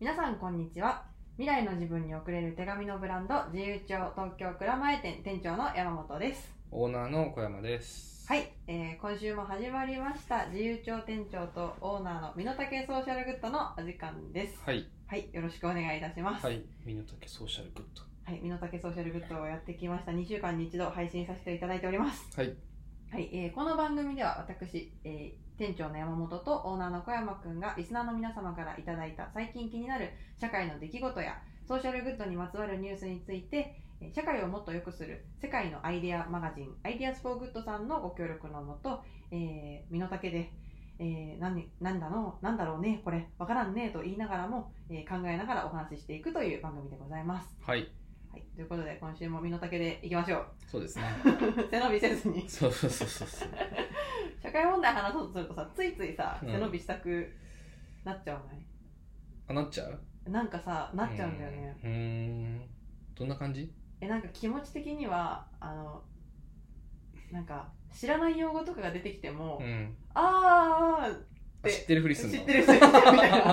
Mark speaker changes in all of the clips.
Speaker 1: 皆さんこんにちは未来の自分に送れる手紙のブランド自由帳東京蔵前店店長の山本です
Speaker 2: オーナーの小山です。
Speaker 1: はい、えー今週も始まりました自由帳店長とオーナーの身の丈ソーシャルグッドのお時間です
Speaker 2: はい。
Speaker 1: はいよろしくお願いいたします
Speaker 2: はい。身の丈ソーシャルグッド。
Speaker 1: はい、身の丈ソーシャルグッドをやってきました2週間に一度配信させていただいております
Speaker 2: はい。
Speaker 1: はい、えーこの番組では私、えー店長の山本とオーナーの小山くんがリスナーの皆様からいただいた最近気になる社会の出来事やソーシャルグッドにまつわるニュースについてえー社会をもっと良くする世界のアイデアマガジンアイデアスフォーグッドさんのご協力のもと、えー身の丈で、えー何何だの何だろうねこれわからんねと言いながらも、えー考えながらお話ししていくという番組でございます。
Speaker 2: はい。
Speaker 1: はい、ということで今週も身の丈でいきましょう
Speaker 2: そうですね。
Speaker 1: 背伸びせずに
Speaker 2: そうそうそうそうそう。
Speaker 1: 社会問題話そうとするとさついついさ
Speaker 2: うん
Speaker 1: 背伸びしたくなっちゃわない、
Speaker 2: あ、なっちゃう
Speaker 1: なんかさなっちゃうんだよね、。
Speaker 2: うーん。どんな感じ
Speaker 1: えなんか気持ち的にはあのなんか知らない用語とかが出てきても、
Speaker 2: うん。
Speaker 1: あー
Speaker 2: あ
Speaker 1: で
Speaker 2: 知ってるふり
Speaker 1: 知
Speaker 2: すんの
Speaker 1: ってる人いるみた いな な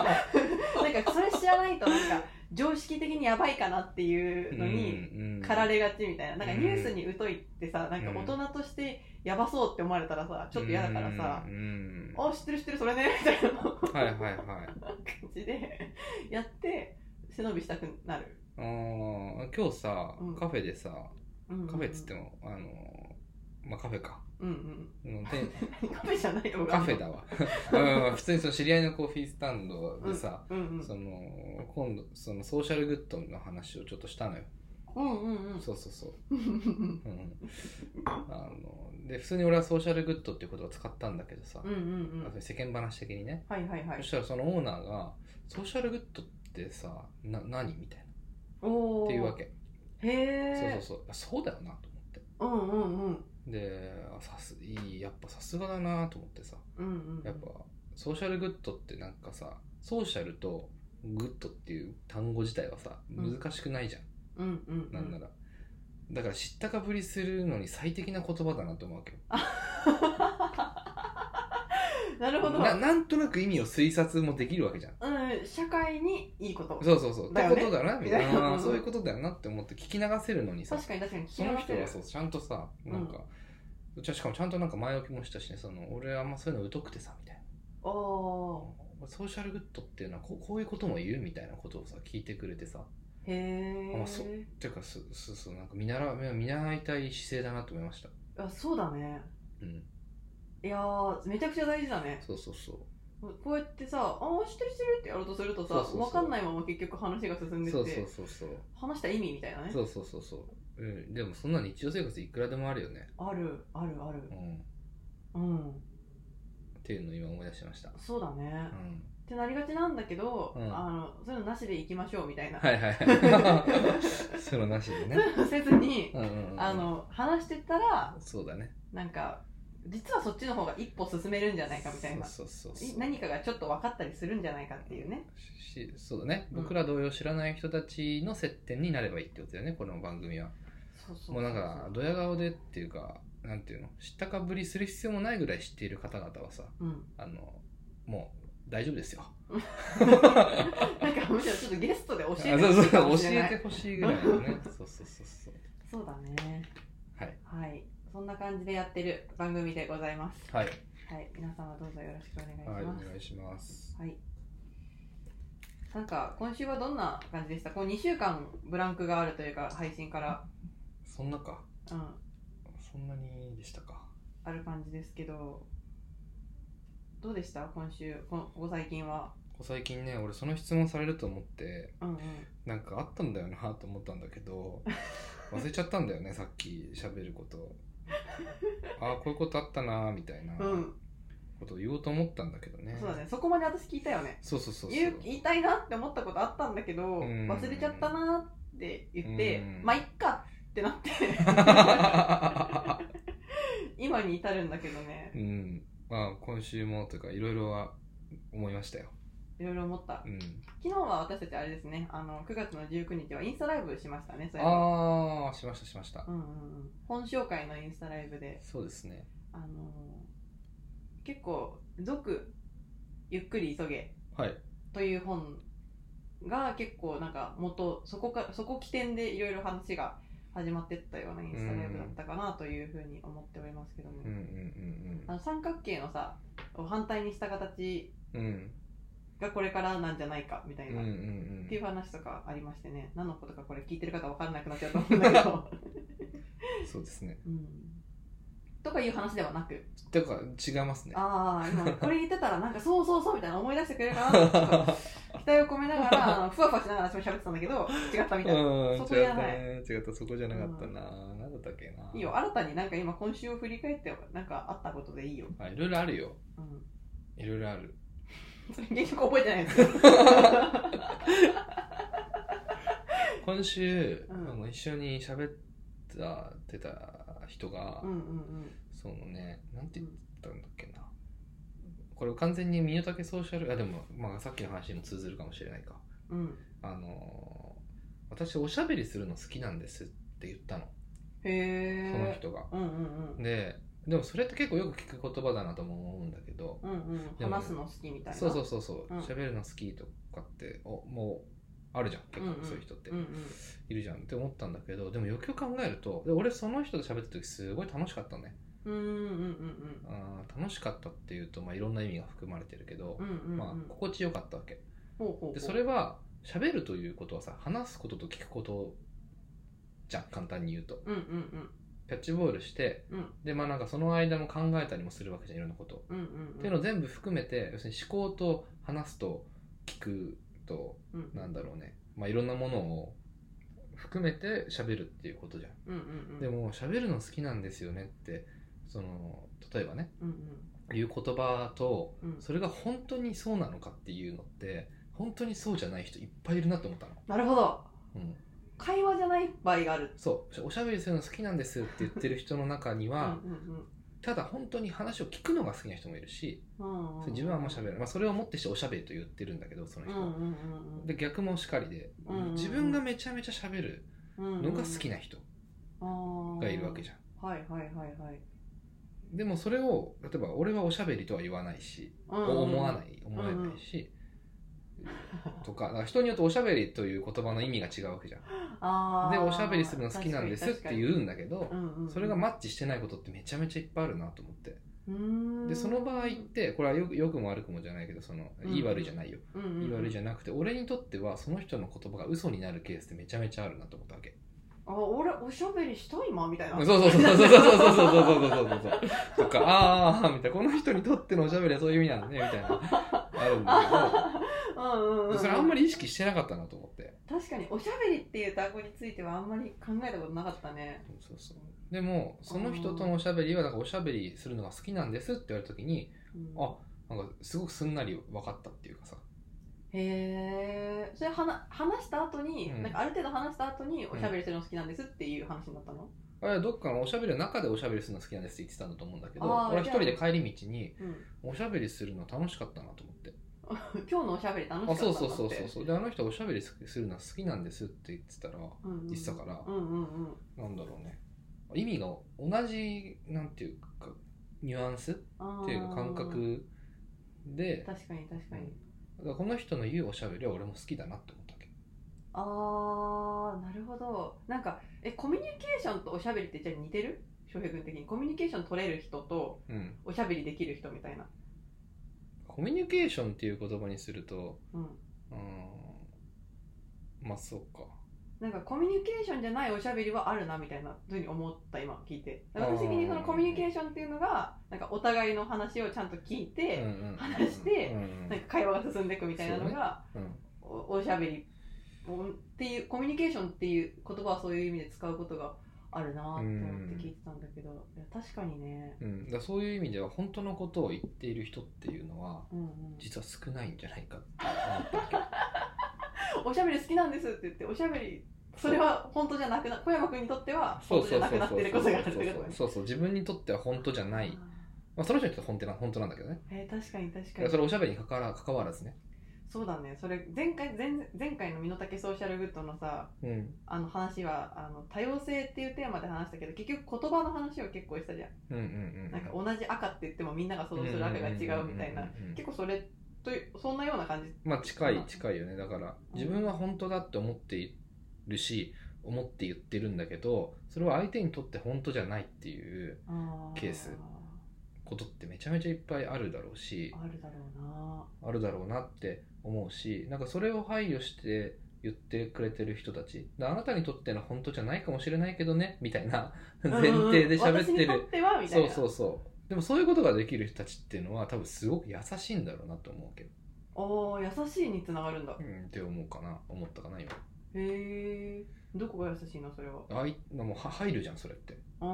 Speaker 1: んかそれ知らないとなんか常識的にやばいかなっていうのに
Speaker 2: に
Speaker 1: 駆られがちみたいななんか
Speaker 2: うん
Speaker 1: ニュースに疎いってさなんか大人としてやばそうって思われたらさちょっと嫌だからさ
Speaker 2: うんうん。
Speaker 1: あ知ってる知ってるそれねみたいな
Speaker 2: はいはいはい。
Speaker 1: 感じでやって背伸びしたくなる、
Speaker 2: あー今日さ
Speaker 1: うん、
Speaker 2: カフェでさ、
Speaker 1: うんうん
Speaker 2: カフェっつっても、あの、まあカフ ェか。
Speaker 1: うん
Speaker 2: うんで
Speaker 1: うんカフェじゃないよ
Speaker 2: カフェ だわ。うん普通にその知り合いのコーヒースタンドでさ、
Speaker 1: うんうん
Speaker 2: その今度そのソーシャルグッドの話をちょっとしたのよ、
Speaker 1: うんうん うん
Speaker 2: そうそうそう、
Speaker 1: うん
Speaker 2: うん、あので普通に俺はソーシャルグッドっていう言葉使ったんだけどさ、
Speaker 1: うんうん
Speaker 2: 世間話的にね、
Speaker 1: はいはいは
Speaker 2: そ
Speaker 1: い
Speaker 2: したらそのオーナーが「ソーシャルグッドってさな何?」みたいな
Speaker 1: おお
Speaker 2: っていうわけ
Speaker 1: へ
Speaker 2: そうそ
Speaker 1: え
Speaker 2: うそうあそうだよなと思って
Speaker 1: そううんうんうん
Speaker 2: であさすいいやっぱさすがだなと思ってさ
Speaker 1: うんうん
Speaker 2: やっぱソーシャルグッドってなんかさソーシャルとグッドっていう単語自体はさ
Speaker 1: うん
Speaker 2: 難しくないじゃん
Speaker 1: うんうんうん
Speaker 2: なんなら。だから知ったかぶりするのに最適な言葉だなと思うわけよ。
Speaker 1: なるほど
Speaker 2: ななんとなく意味を推察もできるわけじゃん。
Speaker 1: うん社会にいいこと
Speaker 2: そうそうそう。
Speaker 1: だよ
Speaker 2: っ
Speaker 1: ね
Speaker 2: てことだな、みたい
Speaker 1: みたい
Speaker 2: な。
Speaker 1: な
Speaker 2: あーそういうことだよなって思って聞き流せるのにさ、
Speaker 1: 確かに確かに
Speaker 2: その人はそうう、ちゃんとさ、なんか、じゃあしかもちゃんとなんか前置きもしたしね、その俺あんまそういうの疎くてさ、みたいな。
Speaker 1: おお
Speaker 2: ソーシャルグッドっていうのはこうこういうことも言うみたいなことをさ聞いてくれてさ
Speaker 1: ーへえ
Speaker 2: あそうていうかすすそうなんか見習う見習いたい姿勢だなと思いました
Speaker 1: あそうだね
Speaker 2: うん
Speaker 1: いやーめちゃくちゃ大事だね
Speaker 2: そうそうそう
Speaker 1: こうやってさ「あ知ってる知ってる」ってやろうとするとさ
Speaker 2: そうそうそう
Speaker 1: わかんないまま結局話が進んでって
Speaker 2: そうそうそうそう
Speaker 1: 話した意味みたいなね
Speaker 2: そうそうそうそう、うん、でもそんな日常生活いくらでもあるよね、
Speaker 1: あるあるある
Speaker 2: うん、
Speaker 1: うん
Speaker 2: っていうのを今思い出しました、
Speaker 1: そうだね
Speaker 2: う、ん、
Speaker 1: ってなりがちなんだけど、
Speaker 2: うん
Speaker 1: あのそういうのなしで行きましょうみたいな、
Speaker 2: はいはいはいそのなしでね
Speaker 1: そういうの せずに、
Speaker 2: うんうんうん
Speaker 1: あの話してたら
Speaker 2: そうだね
Speaker 1: なんか実はそっちの方が一歩進めるんじゃないかみたいな
Speaker 2: そうそうそう
Speaker 1: い
Speaker 2: そう
Speaker 1: 何かがちょっと分かったりするんじゃないかっていうね
Speaker 2: しそうだね
Speaker 1: うん
Speaker 2: 僕ら同様知らない人たちの接点になればいいってことだよねこの番組は
Speaker 1: そうそうそう
Speaker 2: もうなんかドヤ顔でっていうかなんていうの知ったかぶりする必要もないぐらい知っている方々はさ
Speaker 1: うん、
Speaker 2: あのもう大丈夫ですよ
Speaker 1: なんかむしろちょっとゲストで教えて
Speaker 2: あ
Speaker 1: ほ
Speaker 2: そう
Speaker 1: しいか
Speaker 2: そ
Speaker 1: も
Speaker 2: う
Speaker 1: し
Speaker 2: 教
Speaker 1: れない
Speaker 2: えてほしいぐらいのねそうそうそうそう
Speaker 1: そうだね
Speaker 2: はい
Speaker 1: はいそんな感じでやってる番組でございます
Speaker 2: はい
Speaker 1: はい皆様どうぞよろしくお願いし
Speaker 2: はいお
Speaker 1: ます
Speaker 2: 願いします
Speaker 1: はい、なんか今週はどんな感じでしたこう2週間ブランクがあるというか配信から、
Speaker 2: そんなか
Speaker 1: うん、
Speaker 2: そんなにでしたか
Speaker 1: ある感じですけどどうでした今週こここ最近は
Speaker 2: こう最近ね俺その質問されると思って
Speaker 1: うんうん
Speaker 2: なんかあったんだよなと思ったんだ けど忘れちゃったんだよねさっき喋ることああこういうことあったなーみたいな
Speaker 1: うん、
Speaker 2: ことを言おうと思ったんだけどね
Speaker 1: そうだねそこまで私聞いたよね
Speaker 2: そうそうそうそう
Speaker 1: 言 う言いたいなって思ったことあったんだけど、
Speaker 2: ん
Speaker 1: 忘れちゃったなって言って、
Speaker 2: うん
Speaker 1: まあいっかってなって 今に至るんだけどね
Speaker 2: うんまあ今週もというかいろいろは思いましたよ
Speaker 1: いろいろ思った
Speaker 2: うん
Speaker 1: 昨日は私たちあれですねあの9月の19日はインスタライブしましたねそれは
Speaker 2: ああしましたしました
Speaker 1: うんうんうん本紹介のインスタライブで、
Speaker 2: そうですね
Speaker 1: あのー結構「続ゆっくり急げ
Speaker 2: はい」
Speaker 1: という本が結構なんか元そこかそこ起点でいろいろ話が始まってったようなインスタライブだったかなというふうに思っておりますけども、
Speaker 2: うんうん
Speaker 1: あの三角形のさを反対にした形
Speaker 2: うんうんうん
Speaker 1: がこれからなんじゃないかみたい
Speaker 2: うんう
Speaker 1: な、
Speaker 2: んう
Speaker 1: っ
Speaker 2: ん
Speaker 1: ていう話とかありましてね何のことかこれ聞いてる方分からなくなっちゃうと思うんだけ ど、
Speaker 2: そうですね
Speaker 1: うん、とかいう話ではなく
Speaker 2: だから違いますね
Speaker 1: ああ今これ言ってたらなんかそうそうそうみたいな思い出してくれるかなと か期待を込めながらあのふわふわしながら私も喋ってたんだけど違ったみたいな。
Speaker 2: うん
Speaker 1: そこ
Speaker 2: 違
Speaker 1: や
Speaker 2: った
Speaker 1: ない
Speaker 2: ね違ったそこじゃなかったな何だったっけない
Speaker 1: いよ、新たになんか今今週を振り返って、なんかあったことでいいよ。
Speaker 2: あいろいろあるよ
Speaker 1: うん。
Speaker 2: いろいろある
Speaker 1: それ結局覚えてないですよ。
Speaker 2: 今週、
Speaker 1: うん
Speaker 2: あの一緒に喋ってた人が、
Speaker 1: うんうんうん。
Speaker 2: そのねなんて言ったんだっけなこれ完全に身の丈ソーシャルあでも、まあ、さっきの話にも通ずるかもしれないか
Speaker 1: うん。
Speaker 2: あのー私おしゃべりするの好きなんですって言ったの
Speaker 1: へ
Speaker 2: その
Speaker 1: え。
Speaker 2: 人が、
Speaker 1: うんうんうん。
Speaker 2: ででもそれって結構よく聞く言葉だなとも思うんだけど
Speaker 1: うんう
Speaker 2: で
Speaker 1: ん。
Speaker 2: も
Speaker 1: 話すの好きみたいな。
Speaker 2: そうそうそうそう
Speaker 1: うん
Speaker 2: 喋、るの好きとかっておもうあるじゃん結
Speaker 1: うんうん
Speaker 2: 構そういう人って、
Speaker 1: うんうん。
Speaker 2: いるじゃんって思ったんだけどでもよくよく考えるとで俺その人と喋った時すごい楽しかったね
Speaker 1: うんうんうん
Speaker 2: あー楽しかったっていうと、まあ、いろんな意味が含まれてるけど
Speaker 1: うんうん。う、んうんうん。
Speaker 2: まあ、心地よかったわけ
Speaker 1: ほうほうほう
Speaker 2: でそれは喋るということはさ話すことと聞くことじゃん簡単に言うと
Speaker 1: うんうんうん。
Speaker 2: キャッチボールして、
Speaker 1: うん
Speaker 2: でまあなんかその間も考えたりもするわけじゃんいろんなこと、
Speaker 1: うんうんうん。
Speaker 2: っていうのを全部含めて要するに思考と話すと聞くと
Speaker 1: うん
Speaker 2: なんだろうね、まあ、いろんなものを含めて喋るっていうことじゃん
Speaker 1: うんうんうん。
Speaker 2: で、も喋るの好きなんですよねってその例えばね
Speaker 1: うん
Speaker 2: いう言葉と
Speaker 1: うんうん。
Speaker 2: それが本当にそうなのかっていうのって本当にそうじゃない人いっぱいいるなと思ったの、
Speaker 1: なるほど。
Speaker 2: うん、
Speaker 1: 会話じゃない場合がある。
Speaker 2: そうおしゃべりするの好きなんですって言ってる人の中に
Speaker 1: うんう
Speaker 2: は、
Speaker 1: ん
Speaker 2: ただ本当に話を聞くのが好きな人もいるし
Speaker 1: うんうんうん。
Speaker 2: それ自分はあんま
Speaker 1: る。
Speaker 2: 喋らない、まあ、それをもってしておしゃべりと言ってるんだけどその
Speaker 1: うん
Speaker 2: 人
Speaker 1: うん
Speaker 2: は、
Speaker 1: うん
Speaker 2: で逆もしかりで、
Speaker 1: うんうんうん
Speaker 2: 自分がめちゃめちゃ喋る
Speaker 1: うん。
Speaker 2: のが好き
Speaker 1: な
Speaker 2: な人がいるわけじゃん、
Speaker 1: ゃん。はいはいはいはい。
Speaker 2: でもそれを例えば俺はおしゃべりとは言わないし思わない思えないし、とかだから人によっておしゃべりという言葉の意味が違うわけじゃん
Speaker 1: あー
Speaker 2: でおしゃべりするの好きなんですって言
Speaker 1: 確
Speaker 2: うんだけど
Speaker 1: かに確かにうんうんうん
Speaker 2: それがマッチしてないことってめちゃめちゃいっぱいあるなと思って
Speaker 1: うーん
Speaker 2: でその場合ってこれはよく良くも悪くもじゃないけどその
Speaker 1: うん
Speaker 2: いい悪いじゃないよ、
Speaker 1: うんうん
Speaker 2: いい悪いじ
Speaker 1: ゃん
Speaker 2: ゃなくて俺にとってはその人の言葉が嘘になるケースってめちゃめちゃあるなと思ったわけ
Speaker 1: あ俺おしゃべりした今みたいな
Speaker 2: そうそうそうそう そうそうそうそうそうそうそうそうとかああみたいなこの人にとってのおしゃべりはそういう意味なんだねみたいなあるんだ
Speaker 1: あーうんうんう
Speaker 2: けど
Speaker 1: ん
Speaker 2: それあんまり意識してなかったなと思って
Speaker 1: 確かにおしゃべりっていう単語についてはあんまり考えたことなかったね
Speaker 2: そうそうでもその人とのおしゃべりはなんかおしゃべりするのが好きなんですって言われた時に
Speaker 1: うん
Speaker 2: あなんかすごくすんなり分かったっていうかさ
Speaker 1: へえそれはな話した後に、
Speaker 2: うん
Speaker 1: なんかある程度話した後におしゃべりするの好きなんですっていう話になったの、
Speaker 2: あれはどっかのおしゃべりの中でおしゃべりするの好きなんですって言ってたんだと思うんだけど
Speaker 1: あー
Speaker 2: 俺は一人で帰り道に
Speaker 1: うん
Speaker 2: おしゃべりするの楽しかったなと思って
Speaker 1: 今日のおしゃべり楽しか
Speaker 2: あ
Speaker 1: ったんだ
Speaker 2: そう
Speaker 1: って
Speaker 2: そうそうそうそうであの人はおしゃべりするのは好きなんですって言ってたら
Speaker 1: うんうん、
Speaker 2: 言ってたから
Speaker 1: うんうんうん
Speaker 2: なんだろうね意味が同じなんていうかニュアンスっ
Speaker 1: あー
Speaker 2: ていうか感覚でだか
Speaker 1: 確かに確かに、
Speaker 2: うんらこの人の言うおしゃべりは俺も好きだなって思ったわけ
Speaker 1: あーなるほどなんかえコミュニケーションとおしゃべりってじゃあ似てる翔平君的にコミュニケーション取れる人と
Speaker 2: うん
Speaker 1: おしゃべりできる人みたいな
Speaker 2: コミュニケーションっていう言葉にすると
Speaker 1: うん
Speaker 2: うーんまあそうか
Speaker 1: なんかコミュニケーションじゃないおしゃべりはあるなみたいなふうに思った今聞いて
Speaker 2: あー
Speaker 1: 私的にそのコミュニケーションっていうのがなんかお互いの話をちゃんと聞い
Speaker 2: うん
Speaker 1: て、
Speaker 2: うん
Speaker 1: 話して
Speaker 2: うん
Speaker 1: なんか会話が進んでいくみたいなのが、
Speaker 2: うんうん
Speaker 1: おおしゃべりおっていうコミュニケーションっていう言葉はそういう意味で使うことがあるなって思って聞いてたんだけど、いや確かにね
Speaker 2: うん、だからそういう意味では本当のことを言っている人っていうのは
Speaker 1: うんうん
Speaker 2: 実は少ないんじゃないかって思 ったわ
Speaker 1: おしゃべり好きなんですって言っておしゃべりそれは本当じゃなくな小山君にとっては
Speaker 2: け
Speaker 1: 本当じゃなくなってることがあるって
Speaker 2: そ
Speaker 1: こ
Speaker 2: う
Speaker 1: と
Speaker 2: そう
Speaker 1: ね
Speaker 2: そうそう自分にとっては本当じゃない、まあ、その人にとって本当な本当なんだけどね
Speaker 1: あー えー確かに確
Speaker 2: いや
Speaker 1: か
Speaker 2: そ
Speaker 1: に
Speaker 2: れおしゃべりにかかわら関わらずね、
Speaker 1: そうだねそれ前回前前回の「身の丈ソーシャルグッド」のさ
Speaker 2: うん、
Speaker 1: あの話はあの多様性っていうテーマで話したけど結局言葉の話を結構したじゃん
Speaker 2: うんうんうん
Speaker 1: なんか同じ赤って言ってもみんなが想像する赤が違うみたいな
Speaker 2: うんうんうんうん
Speaker 1: 結構それというそんなような感じ
Speaker 2: まあ近
Speaker 1: う
Speaker 2: い
Speaker 1: ん
Speaker 2: 近いよねだから自分は本当だって思っているし思って言ってるんだけどそれは相手にとって本当じゃないっていう
Speaker 1: あ
Speaker 2: ケースことってめちゃめちゃいっぱいあるだろうし
Speaker 1: あるだろうな
Speaker 2: あるだろうなって思うしなんかそれを配慮して言ってくれてる人たちだあなたにとっての本当じゃないかもしれないけどねみたいな前提で喋って
Speaker 1: うんうんうん私にと
Speaker 2: る
Speaker 1: ってはみたい
Speaker 2: そ
Speaker 1: な
Speaker 2: うそうそうでもそういうことができる人たちっていうのは多分すごく優しいんだろうなと思うけど
Speaker 1: あー優しいにつながるんだ
Speaker 2: うんって思うかな思ったかな今
Speaker 1: へえどこが優しいのそれは
Speaker 2: あいもうは入るじゃんそれって
Speaker 1: あー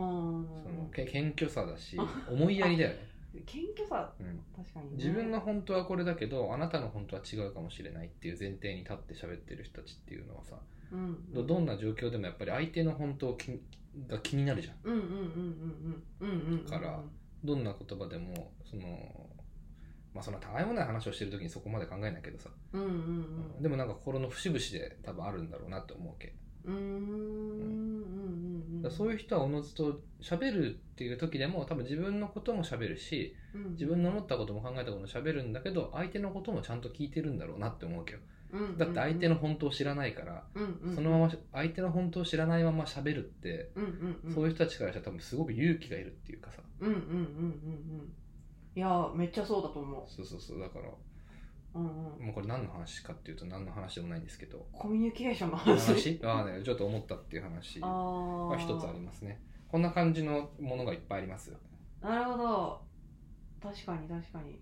Speaker 2: そのけ謙虚さだし思いやりだよ ね、
Speaker 1: 謙虚さ
Speaker 2: うん、
Speaker 1: 確かにね、
Speaker 2: 自分の本当はこれだけどあなたの本当は違うかもしれないっていう前提に立って喋ってる人たちっていうのはさ
Speaker 1: うん
Speaker 2: どどんな状況でもやっぱり相手の本当を気にが気になるじゃん
Speaker 1: うんうんうんうんうんうんうんうん
Speaker 2: からどんな言葉でもそのまあそんなたわいもない話をしてる時にそこまで考えないけどさ、
Speaker 1: うんうん
Speaker 2: うんでもなんか心の節々で多分あるんだろうなって思うわけ
Speaker 1: うんうーんうんう
Speaker 2: だ
Speaker 1: ん
Speaker 2: からそういうう人はおのずと喋るっていう時でも多分自分のことも喋るし
Speaker 1: ん
Speaker 2: 自分の思ったことも考えたことも喋るんだけど相手のこともちゃんと聞いてるんだろうなって思うわけどだって相手の本当を知らないから、そのまま相手の本当を知らないまま喋るって、
Speaker 1: うんうんうん
Speaker 2: そういう人たちからしたら多分すごく勇気がいるっていうかさ
Speaker 1: うんうんうんうんうんいやーめっちゃそうだと思
Speaker 2: そうそうそうだから
Speaker 1: う、うんうん、
Speaker 2: もうこれ何の話かっていうと何の話でもないんです けど
Speaker 1: コミュニケーションの話
Speaker 2: 話ああねちょっと思ったっていう話
Speaker 1: あ
Speaker 2: が
Speaker 1: ー
Speaker 2: 一つありますねこんな感じのものがいっぱいあります
Speaker 1: なるほど確かに確かに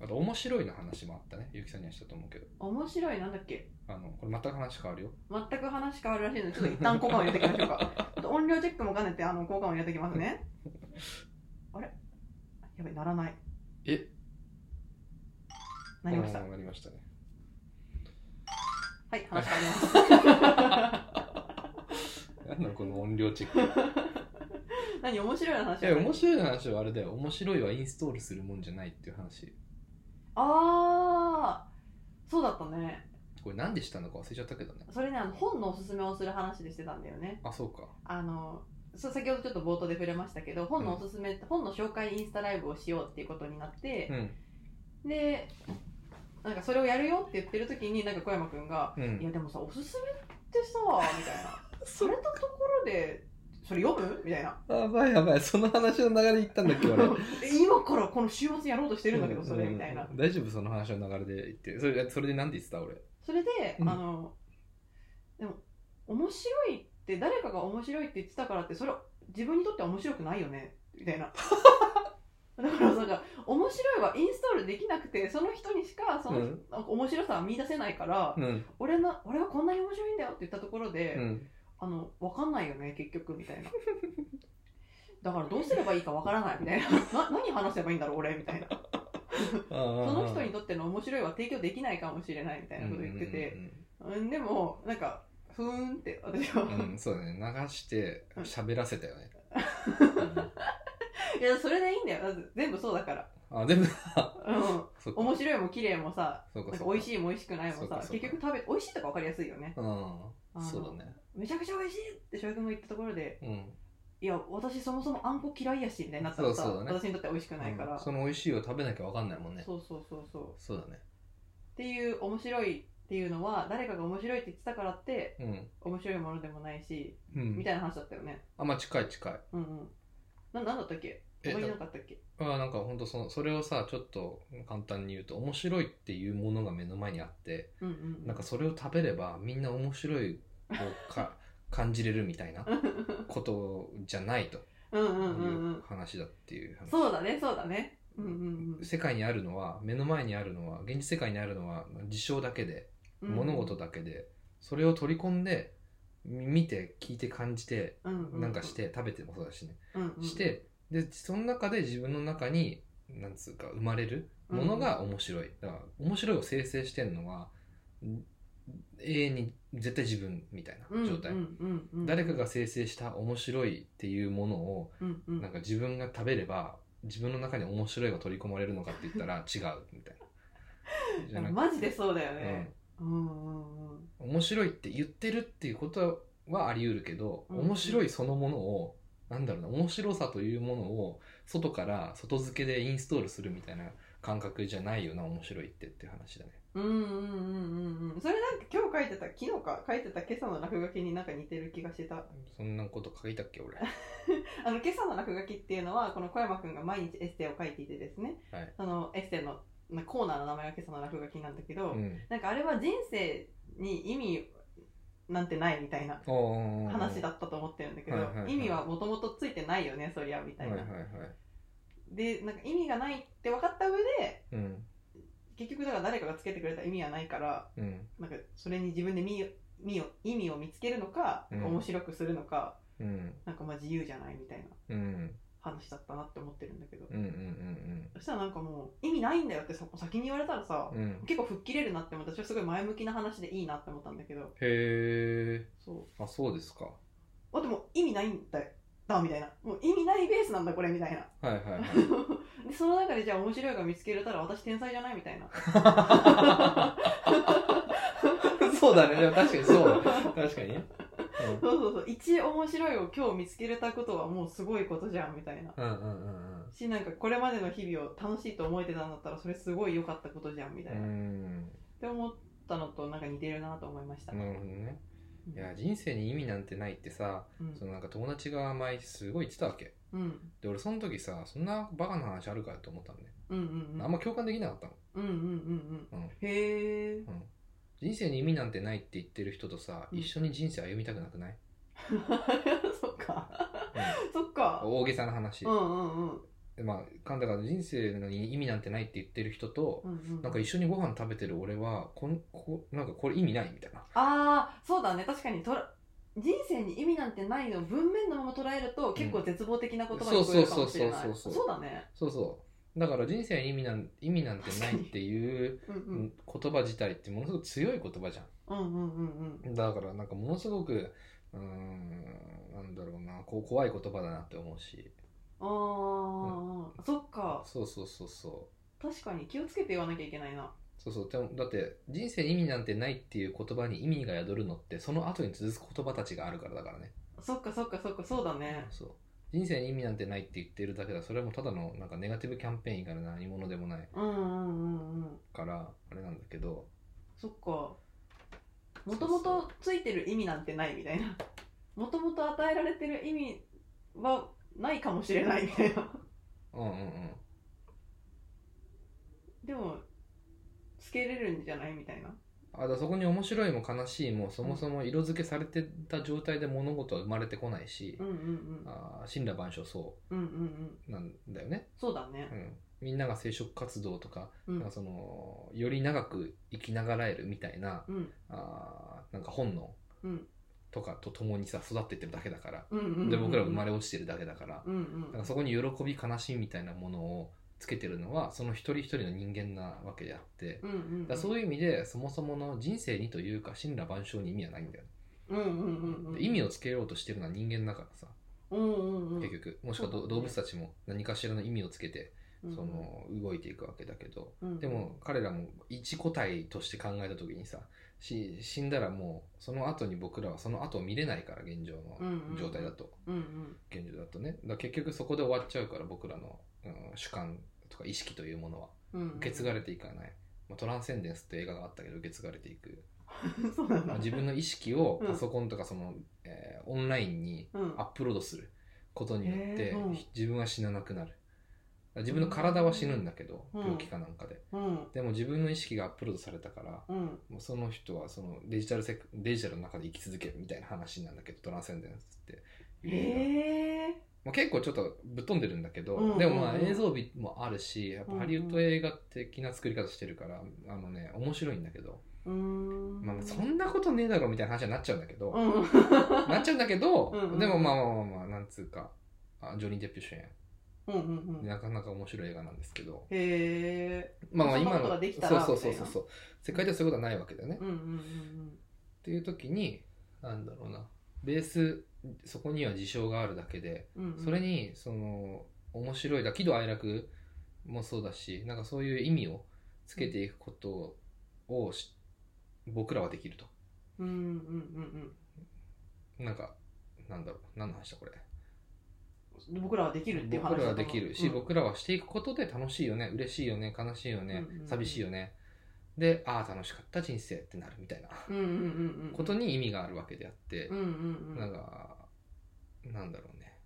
Speaker 2: あと面白いの話もあったねゆうきさんにはしたと思うけど
Speaker 1: 面白いなんだっけ
Speaker 2: あのこれ全く話変わるよ
Speaker 1: 全く話変わるらしいのでちょっと一旦交換を入れていきましょう かあと音量チェックも兼ねてあの交換を入れていきますねあれやべならない
Speaker 2: え
Speaker 1: なりました
Speaker 2: うんなりましたね
Speaker 1: はい話変 わります
Speaker 2: 何だこの音量チェ ック
Speaker 1: 何面白いの話
Speaker 2: いや面白いの話はあれだよ面白いはインストールするもんじゃないっていう話
Speaker 1: ああそうだったね
Speaker 2: これ何でしたのか忘れちゃったけどね
Speaker 1: それねあの本のおすすめをする話でしてたんだよね
Speaker 2: あそうか
Speaker 1: あのそう先ほどちょっと冒頭で触れましたけど本のおすすめ、本の紹介インスタライブをしようっていうことになって
Speaker 2: う、ん
Speaker 1: でなんかそれをやるよって言ってる時になんか小山君が「
Speaker 2: う
Speaker 1: いや
Speaker 2: ん
Speaker 1: でもさおすすめってさ」み たいな「それのところでそれ読む?」みたいな
Speaker 2: やばいやばいその話の流れで言ったんだっけ俺
Speaker 1: 「え 今からこの週末やろうとしてるんだけどそれ」みたいな
Speaker 2: うん大丈夫その話の流れで言ってそれそれで何で言ってた俺
Speaker 1: それで、
Speaker 2: うん
Speaker 1: あのでも面白いって誰かが面白いって言ってたからってそれ自分にとっては面白くないよねみたいな だからなんか面白いはインストールできなくてその人にしかその、
Speaker 2: うん
Speaker 1: なんか面白さは見出せないから、
Speaker 2: うん
Speaker 1: 俺の俺はこんなに面白いんだよって言ったところで、
Speaker 2: うん
Speaker 1: あの分かんないよね結局みたいなだからどうすればいいか分からないみたいなな何話せばいいんだろう俺みたいな
Speaker 2: そ
Speaker 1: その
Speaker 2: の
Speaker 1: 人にとっての面白いは提供できないかもしれないみたいなこと言ってて、うん、でもなんかふーんって私は、
Speaker 2: うんそうだね流して
Speaker 1: うん
Speaker 2: 喋らせたよ ね、
Speaker 1: いやそれでいいんだよだって全部そうだから、
Speaker 2: あ全部
Speaker 1: うん、
Speaker 2: そうか
Speaker 1: 面白いも綺麗もさ
Speaker 2: そう
Speaker 1: な
Speaker 2: か
Speaker 1: んか
Speaker 2: そう
Speaker 1: 美味
Speaker 2: い
Speaker 1: しいも美味しくないも
Speaker 2: そうか
Speaker 1: さ
Speaker 2: そうか
Speaker 1: 結局食べ美味しいとか分かりやすいよね
Speaker 2: うんそうだね
Speaker 1: めちゃくちゃ美味しいって翔平君が言ったところで
Speaker 2: うん
Speaker 1: いや私そもそもあんこ嫌いやしみたいになったらさ
Speaker 2: そうそうだね
Speaker 1: 私にとっては美味しくないから、
Speaker 2: うん
Speaker 1: そ
Speaker 2: その美味しいを食べなきゃ分かんないもんねそう
Speaker 1: そうそうそうっ
Speaker 2: うだね
Speaker 1: ていう面白いっていうのは誰かが面白いって言ってたからって
Speaker 2: うん
Speaker 1: 面白いものでもないし、
Speaker 2: うん
Speaker 1: みたいな話だったよね
Speaker 2: あまあ近い近い
Speaker 1: うんうんななんだったっけ
Speaker 2: え
Speaker 1: 覚えてなかったっけ
Speaker 2: あなんか本当そのそれをさちょっと簡単に言うと面白いっていうものが目の前にあって
Speaker 1: うんうんう
Speaker 2: なんかそれを食べればみんな面白いを か感じれるみたいなことじゃないと
Speaker 1: うんうんう
Speaker 2: い
Speaker 1: んう
Speaker 2: うん話だっていう話
Speaker 1: そうだねそうだねうんうん
Speaker 2: 世界にあるのは目の前にあるのは現実世界にあるのは事象だけで、
Speaker 1: うんうん
Speaker 2: 物事だけでそれを取り込んでみ見て聞いて感じて
Speaker 1: うんう
Speaker 2: なんかして食べてもそうだしね、
Speaker 1: うんうん
Speaker 2: してでその中で自分の中になんつうか生まれるものが面白いだから面白いを生成してんのはん永遠に絶対自分みたいな状態、
Speaker 1: うんうんうんうん
Speaker 2: 誰かが生成した面白いっていうものを
Speaker 1: うんうん
Speaker 2: なんか自分が食べれば自分の中に面白いが取り込まれるのかって言ったら違うみたい な。じゃなくて
Speaker 1: マジでそうだよねうんうんうん
Speaker 2: うん、面白いって言ってるっていうことはあり得るけど、
Speaker 1: うん
Speaker 2: 面白いそのものをなんだろうな面白さというものを外から外付けでインストールするみたいな感覚じゃないよな面白いってっていう話だね
Speaker 1: うんうんうんうんうんそれなんか今日書いてた昨日か書いてた今朝の落書きになんか似てる気がしてた
Speaker 2: そんなこと書いたっけ 俺
Speaker 1: あの今朝の落書きっていうのはこの小山くんが毎日エッセイを書いていてですね、
Speaker 2: はい
Speaker 1: そのエッセイのまあコーナーの名前が今朝の落書きなんだけど、
Speaker 2: うん
Speaker 1: なんかあれは人生に意味なんてないみたいな
Speaker 2: お
Speaker 1: 話だ
Speaker 2: っ
Speaker 1: ったと思ってるんだけど、
Speaker 2: はいはいはい
Speaker 1: 意味はもともとついてないよねそりゃみたいな、
Speaker 2: はいはいはい
Speaker 1: でなんか意味がないって分かった上で
Speaker 2: うん
Speaker 1: 結局だから誰かがつけてくれた意味はないから
Speaker 2: うん
Speaker 1: なんかそれに自分で見よ見よ意味を見つけるのか、
Speaker 2: うん
Speaker 1: 面白くするのか
Speaker 2: うん
Speaker 1: なんかまあ自由じゃないみたいな
Speaker 2: うんうん
Speaker 1: 話だったなって思ってるんだけど、
Speaker 2: うんうん
Speaker 1: そしたらなんかもう意味ないんだよってさ先に言われたらさ、
Speaker 2: うんうん
Speaker 1: 結構吹っ切れるなって思った私はすごい前向きな話でいいなって思ったんだけど
Speaker 2: へえ
Speaker 1: そう
Speaker 2: あそうですか
Speaker 1: あでも意味ないんだだみたいなもう意味ないベースなんだこれみたいな
Speaker 2: はいはいはい
Speaker 1: でその中でじゃあ面白いが見つけれたら私天才じゃないみたいな
Speaker 2: そうだね、でも確かにそうだ。確かにね。
Speaker 1: そうそうそう一面白いを今日見つけれたことはもうすごいことじゃんみたいな
Speaker 2: うんうんうん
Speaker 1: しなんかこれまでの日々を楽しいと思えてたんだったらそれすごい良かったことじゃんみた
Speaker 2: う
Speaker 1: いな、っ
Speaker 2: ん。
Speaker 1: て思ったのとなんか似てるなと思いました、
Speaker 2: うん。なるほどね。いや、人生に意味なんてないってさ、
Speaker 1: うん
Speaker 2: そのなんか友達が前すごい言ってたわけ。
Speaker 1: うん
Speaker 2: で、俺その時さ、そんなバカな話あるかと思ったのね。
Speaker 1: うんうんうん
Speaker 2: あんま共感できなかったの。
Speaker 1: うんうんうんうん
Speaker 2: うん
Speaker 1: へ え
Speaker 2: 人生に意味なんてないって言ってる人とさ、
Speaker 1: うん
Speaker 2: 一緒に人生歩みたくなくない、
Speaker 1: そっか
Speaker 2: う
Speaker 1: そっか
Speaker 2: ん大げさな話。
Speaker 1: うんうんうん
Speaker 2: まあ、かんだから人生に意味なんてないって言ってる人と、
Speaker 1: うんうん
Speaker 2: なんか一緒にご飯食べてる俺は、こんこなんかこれ意味ないみたいな。
Speaker 1: ああそうだね確かにとら人生に意味なんてないのを文面のまま捉えると結構絶望的な言葉に聞こえるかもしれない
Speaker 2: そうそうそうそうそう
Speaker 1: そうだね
Speaker 2: そうそう。だから人生に意味なん意味なんてないっていう
Speaker 1: うんうん
Speaker 2: 言葉自体ってものすごく強い言葉じゃ
Speaker 1: うんうんうんうん
Speaker 2: ん。だからなんかものすごく、うーん、なんだろうな、こう怖い言葉だなって思うし。
Speaker 1: あー、そっか
Speaker 2: そうそうそうそう。
Speaker 1: 確かに気をつけて言わなきゃいけないな
Speaker 2: そうそう。でもだって人生に意味なんてないっていう言葉に意味が宿るのってその後に続く言葉たちがあるからだからね。
Speaker 1: そっかそっかそっかそうだね
Speaker 2: そう。人生に意味なんてないって言ってるだけだ。それはもうただのなんかネガティブキャンペーン以外の何者でもない
Speaker 1: うんうんうんうん
Speaker 2: から、あれなんだけど。
Speaker 1: そっかもともとついてる意味なんてないみたいなもともと与えられてる意味はないかもしれないみたいな
Speaker 2: うんうんうん。
Speaker 1: でもつけれるんじゃないみたいな
Speaker 2: あだからそこに面白いも悲しいもそもそも色付けされてた状態で物事は生まれてこないし、
Speaker 1: うんうん
Speaker 2: あー神羅万象そ
Speaker 1: うんうんうんうん
Speaker 2: うなんだよね、
Speaker 1: そうだ
Speaker 2: う
Speaker 1: ね
Speaker 2: ん、みんなが生殖活動とか,、
Speaker 1: うん
Speaker 2: なんかそのより長く生きながらえるみたいな
Speaker 1: うん
Speaker 2: あーなんか本能
Speaker 1: うん
Speaker 2: とかと共にさ育ってってるだけだから
Speaker 1: うんうんうん
Speaker 2: で僕らは生まれ落ちてるだけだから,、
Speaker 1: うん
Speaker 2: なんかそこに喜び悲しみみたいなものをつけてるのはその一人一人の人間なわけであって。
Speaker 1: うんうんうん
Speaker 2: だからそういう意味でそもそもの人生にというか神羅万象に意味はないんだよね
Speaker 1: うんうんうんうん
Speaker 2: 意味をつけようとしてるのは人間だからさ、
Speaker 1: うんうんうん
Speaker 2: 結局もしくはど
Speaker 1: そうだね
Speaker 2: 動物たちも何かしらの意味をつけて、
Speaker 1: うん
Speaker 2: その動いていくわけだけど、
Speaker 1: うん
Speaker 2: でも彼らも一個体として考えた時にさし死んだらもうその後に僕らはその後を見れないから現状
Speaker 1: うんうんう
Speaker 2: の
Speaker 1: ん
Speaker 2: 状態だと、
Speaker 1: うんうん
Speaker 2: 現状だとねだから結局そこで終わっちゃうから僕らの、うん主観とか意識というものは
Speaker 1: うんうん
Speaker 2: 受け継がれていかない、まあトランセンデンスって映画があったけど受け継がれていく、
Speaker 1: そうなん
Speaker 2: ま
Speaker 1: だ
Speaker 2: あ自分の意識を
Speaker 1: うん
Speaker 2: パソコンとかその、えーオンラインに
Speaker 1: うん
Speaker 2: アップロードすることによって、
Speaker 1: へーうん
Speaker 2: 自分は死ななくなる自分の体は死ぬんだけど、
Speaker 1: うん
Speaker 2: 病気かなんかで
Speaker 1: うん
Speaker 2: でも自分の意識がアップロードされたから
Speaker 1: うん
Speaker 2: もうその人はそのデジタルセクデジタルの中で生き続けるみたいな話なんだけどトランセンデンスっていう映画
Speaker 1: へえ
Speaker 2: まあ、結構ちょっとぶっ飛んでるんだけど、
Speaker 1: うんうんうん
Speaker 2: でもまあ映像美もあるしやっぱハリウッド映画的な作り方してるから、あのね面白いんだけど、
Speaker 1: うーん
Speaker 2: まあ、そんなことねえだろみたいな話になっちゃうんだけど、
Speaker 1: うんうん
Speaker 2: なっちゃうんだけど、
Speaker 1: うんうん
Speaker 2: でもまあまあまあまあ、なんつうか、あジョニー・デップ主演、
Speaker 1: うんうんうん
Speaker 2: なかなか面白い映画なんですけど、
Speaker 1: へえ
Speaker 2: まあまあ
Speaker 1: そんな
Speaker 2: 今
Speaker 1: こと
Speaker 2: の、そ
Speaker 1: ができた
Speaker 2: う
Speaker 1: ら
Speaker 2: そうそう
Speaker 1: みたい
Speaker 2: そ
Speaker 1: うな
Speaker 2: そう、世界ではそういうことはないわけだよね。
Speaker 1: うんうんうん
Speaker 2: っていう時に、なんだろうな、ベース、そこには事象があるだけで、
Speaker 1: うんうん
Speaker 2: それに、その、面白いだ、喜怒哀楽もそうだし、なんかそういう意味をつけていくことをし、僕らはできると。
Speaker 1: うんうんうんうん
Speaker 2: なんか、なんだろう、何の話だこれ。
Speaker 1: 僕らはできるっていう話
Speaker 2: 僕ら
Speaker 1: だ
Speaker 2: は
Speaker 1: と思
Speaker 2: で
Speaker 1: う
Speaker 2: きるし、
Speaker 1: うん
Speaker 2: 僕らはしていくことで楽しいよね嬉しいよね悲しいよね、
Speaker 1: うんうんうん
Speaker 2: 寂しいよねでああ楽しかった人生ってなるみたいな
Speaker 1: うんうんうんうん
Speaker 2: ことに意味があるわけであって
Speaker 1: うん、うんう
Speaker 2: なん
Speaker 1: ん
Speaker 2: かなんだろうね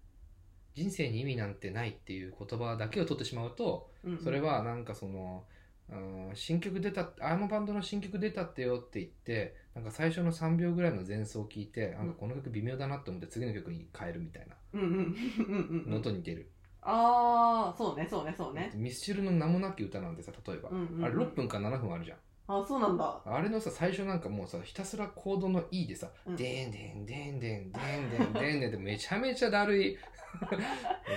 Speaker 2: 人生に意味なんてないっていう言葉だけを取ってしまうと
Speaker 1: うんうん
Speaker 2: それはなんかその、うん、新曲出たあのバンドの新曲出たってよって言ってなんか最初の3秒ぐらいの前奏を聞いてなんかこの曲微妙だなと思って次の曲に変えるみたいな
Speaker 1: うんうんうんうんう
Speaker 2: の
Speaker 1: ん
Speaker 2: と似てる、
Speaker 1: ああそうねそうねそうね
Speaker 2: ミスチルの名もなき歌なんてさ例えば、
Speaker 1: うんうんうん
Speaker 2: あれ6分か7分あるじゃん
Speaker 1: あそうなんだ
Speaker 2: あれのさ最初なんかもうさひたすらコードの E でさ
Speaker 1: うん
Speaker 2: 「でんでんでんでんでんでんでんでん」ってめちゃめちゃだるい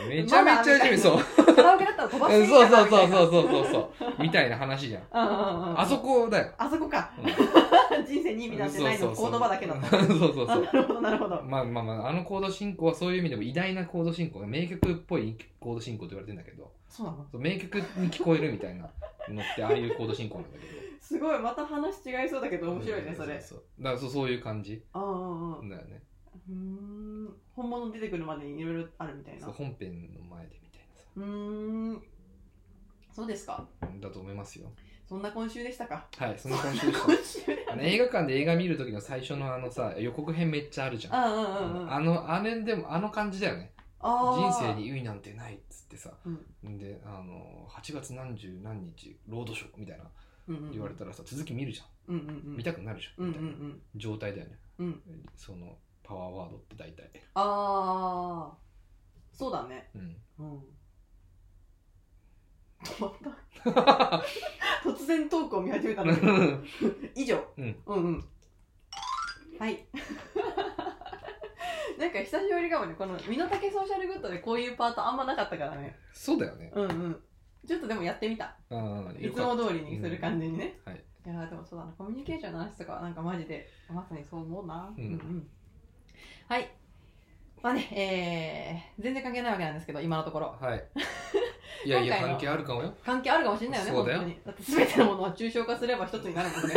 Speaker 2: めちゃめちゃだるいそう
Speaker 1: カラオケだったら飛ばしていい
Speaker 2: そ
Speaker 1: か
Speaker 2: うそ
Speaker 1: な
Speaker 2: う
Speaker 1: みた
Speaker 2: そ
Speaker 1: いな
Speaker 2: うそうそうそうみたいな話じゃん
Speaker 1: うんうんうんうん
Speaker 2: あそこだよ、
Speaker 1: あそこか
Speaker 2: うん
Speaker 1: 人生に意味なんてないの
Speaker 2: そうそうそ
Speaker 1: 言
Speaker 2: う
Speaker 1: 葉だけだった
Speaker 2: そうそう
Speaker 1: あ
Speaker 2: そ
Speaker 1: な
Speaker 2: う
Speaker 1: るほどなるほど
Speaker 2: まあまあまああのコード進行はそういう意味でも偉大なコード進行が名曲っぽいコード進行と言われてんだけど
Speaker 1: そうなの
Speaker 2: そう名曲に聞こえるみたいなのってああいうコード進行なんだけど
Speaker 1: すごいまた話違いそうだけど面白いねそれ
Speaker 2: そうそうだからそうそういう感じ
Speaker 1: ああああ
Speaker 2: だよね
Speaker 1: うーん本物出てくるまでにいろいろあるみたいな
Speaker 2: そう
Speaker 1: う
Speaker 2: 本編の前でみたいな
Speaker 1: ーんそうですか
Speaker 2: さだと思いますよ
Speaker 1: そんな今週でしたか
Speaker 2: はいそ
Speaker 1: そ
Speaker 2: んな感じで
Speaker 1: んな
Speaker 2: した
Speaker 1: 今 週で
Speaker 2: あの映画館で映画見る時の最初のあのさ予告編めっちゃあるじゃん
Speaker 1: うんうんうんうん
Speaker 2: あのあれでもあの感じだよね
Speaker 1: あー
Speaker 2: 人生に意味なんてないっつってさ
Speaker 1: うん
Speaker 2: であの8月何十何日ロードショーみたいな
Speaker 1: うんうんうん
Speaker 2: 言われたらさ続き見るじゃん
Speaker 1: うんうんうん
Speaker 2: 見たくなるじゃ
Speaker 1: うんんう
Speaker 2: み
Speaker 1: ん
Speaker 2: た
Speaker 1: う
Speaker 2: いなん状態だよね
Speaker 1: うん
Speaker 2: そのパワーワードって大体
Speaker 1: ああそうだね
Speaker 2: うん
Speaker 1: うん止まった突然トークを見始めたんだけど以上、
Speaker 2: うん
Speaker 1: うんうんはい なんか久しぶりかもねこの「身の丈ソーシャルグッド」でこういうパートあんまなかったからね
Speaker 2: そうだよね
Speaker 1: うんうんちょっとでもやってみた
Speaker 2: ああ
Speaker 1: いつも通りにする感じにね、
Speaker 2: はい
Speaker 1: いやーでもそうだなコミュニケーションの話とかはなんかマジでまさにそう思うな
Speaker 2: うん
Speaker 1: はいまあねえー、全然関係ないわけなんですけど今のところ
Speaker 2: はい。 いやいや、
Speaker 1: 今回の
Speaker 2: 関係あるかもよ。
Speaker 1: 関係あるかもしれないよね
Speaker 2: そうだよ
Speaker 1: 本当にだって全てのものは抽象化すれば一つになるもん ね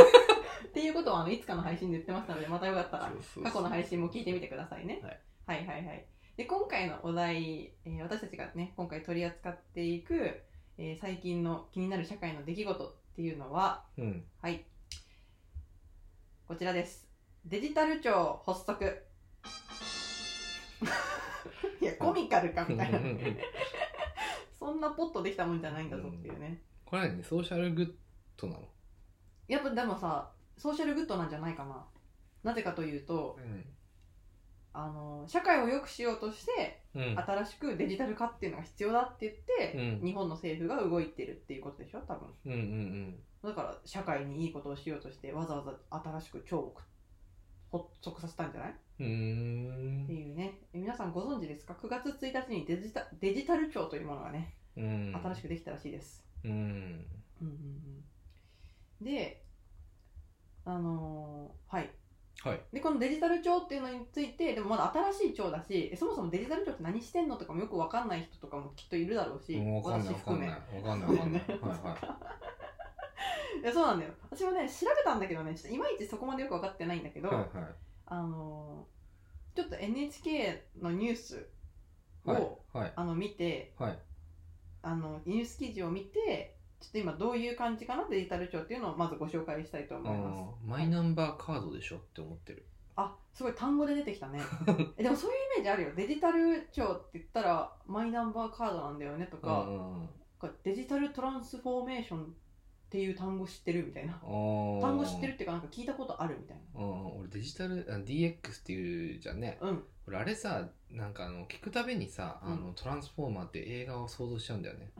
Speaker 1: っていうことはあのいつかの配信で言ってましたのでまたよかったら過去の配信も聞いてみてくださいね。はい、はい、はいはいで、今回のお題、えー私たちがね、今回取り扱っていく、えー最近の気になる社会の出来事っていうのは、
Speaker 2: うん。
Speaker 1: はい。こちらです。デジタル庁発 足。いや、コミカルかみたいな。そんなポッとできたもんじゃないんだぞっていうね。
Speaker 2: これはね、ソーシャルグッドなの。
Speaker 1: やっぱでもさ、ソーシャルグッドなんじゃないかな。なぜかというと、あの、社会を良くしようとして、
Speaker 2: うん。
Speaker 1: 新しくデジタル化っていうのが必要だって言って、
Speaker 2: うん
Speaker 1: 日本の政府が動いてるっていうことでしょ多分
Speaker 2: うんうん
Speaker 1: だから社会にいいことをしようとしてわざわざ新しく超を発足させたんじゃないっ
Speaker 2: うん。うー
Speaker 1: て
Speaker 2: ん。
Speaker 1: いうねえ皆さんご存知ですか9月1日にデジタデジタル庁というものがね
Speaker 2: うん。
Speaker 1: 新しくできたらしいです、
Speaker 2: うん。
Speaker 1: うんうんうん、であのーはい
Speaker 2: はい。
Speaker 1: でこのデジタル庁っていうのについてでもまだ新しい庁だしえそもそもデジタル庁って何してんのとかもよく分かんない人とかもきっといるだろうし
Speaker 2: もうわかんな
Speaker 1: 私
Speaker 2: いわか
Speaker 1: 含
Speaker 2: んな
Speaker 1: め
Speaker 2: い。わかんないわかんない。はいはい
Speaker 1: やそうなんだよ私もね調べたんだけどねちょっといまいちそこまでよく分かってないんだけど、
Speaker 2: い。はいは
Speaker 1: あのーちょっと NHK のニュースを、
Speaker 2: い。はい。はい。
Speaker 1: あの見て
Speaker 2: はい。
Speaker 1: あのニュース記事を見てちょっと今どういう感じかなデジタル庁っていうのをまずご紹介したいと
Speaker 2: あ
Speaker 1: 思います
Speaker 2: ーマイナンバーカードでしょって思ってる。
Speaker 1: あすごい単語で出てきたね えでもそういうイメージあるよデジタル庁って言ったらマイナンバーカードなんだよねと
Speaker 2: うん
Speaker 1: か,、なんかデジタルトランスフォーメーションっていう単語知ってるみたいな
Speaker 2: うんうん。
Speaker 1: 単語知ってるっていうかなんか聞いたことあるみたいな
Speaker 2: うん。俺デジタル、あ DX っていうじゃんね。
Speaker 1: うん
Speaker 2: 俺あれさなんかあの聞くたびにさ「あのトランスフォーマー」って映画を想像しちゃうんだよね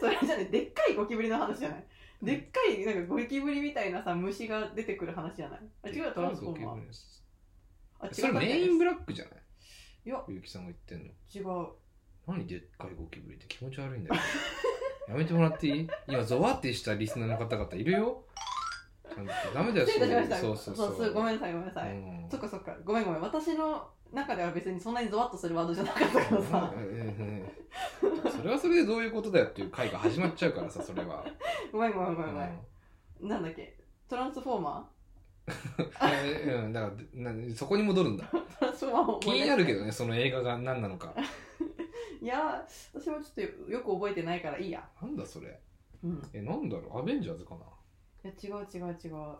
Speaker 1: それじゃねでっかいゴキブリの話じゃないでっかいなんかゴキブリみたいなさ虫が出てくる話じゃないあ違うトランスフォーマーあ違う
Speaker 2: それメインブ
Speaker 1: ラ
Speaker 2: ラックじゃない
Speaker 1: いや
Speaker 2: ゆうきさんが言ってんの
Speaker 1: 違う
Speaker 2: 何でっかいゴキブリって気持ち悪いんだよ やめてもらっていい今ゾワってしたリスナーの方々いるよちゃんとダメだよ
Speaker 1: 失礼いたしました
Speaker 2: そうそうそう
Speaker 1: ごめ
Speaker 2: ん
Speaker 1: んなさいごめんなさい、
Speaker 2: うん
Speaker 1: そっかそっかごめんごめん私の中では別にそんなにゾワッとするワードじゃなかったからさ
Speaker 2: うんうんうん それはそれでどういうことだよっていう回が始まっちゃうからさそれは
Speaker 1: ごめんごめんご
Speaker 2: う
Speaker 1: めんごめん、
Speaker 2: ん
Speaker 1: なんだっけトランスフォーマ
Speaker 2: うん、だからなそこに戻るんだ
Speaker 1: 私は思い出
Speaker 2: 気
Speaker 1: せ
Speaker 2: になるけどねその映画が何なのか
Speaker 1: いやー私もちょっとよく覚えてないからいいや
Speaker 2: なんだそれ
Speaker 1: うん
Speaker 2: えなんだろうアベンジャーズかない
Speaker 1: や違う違う違う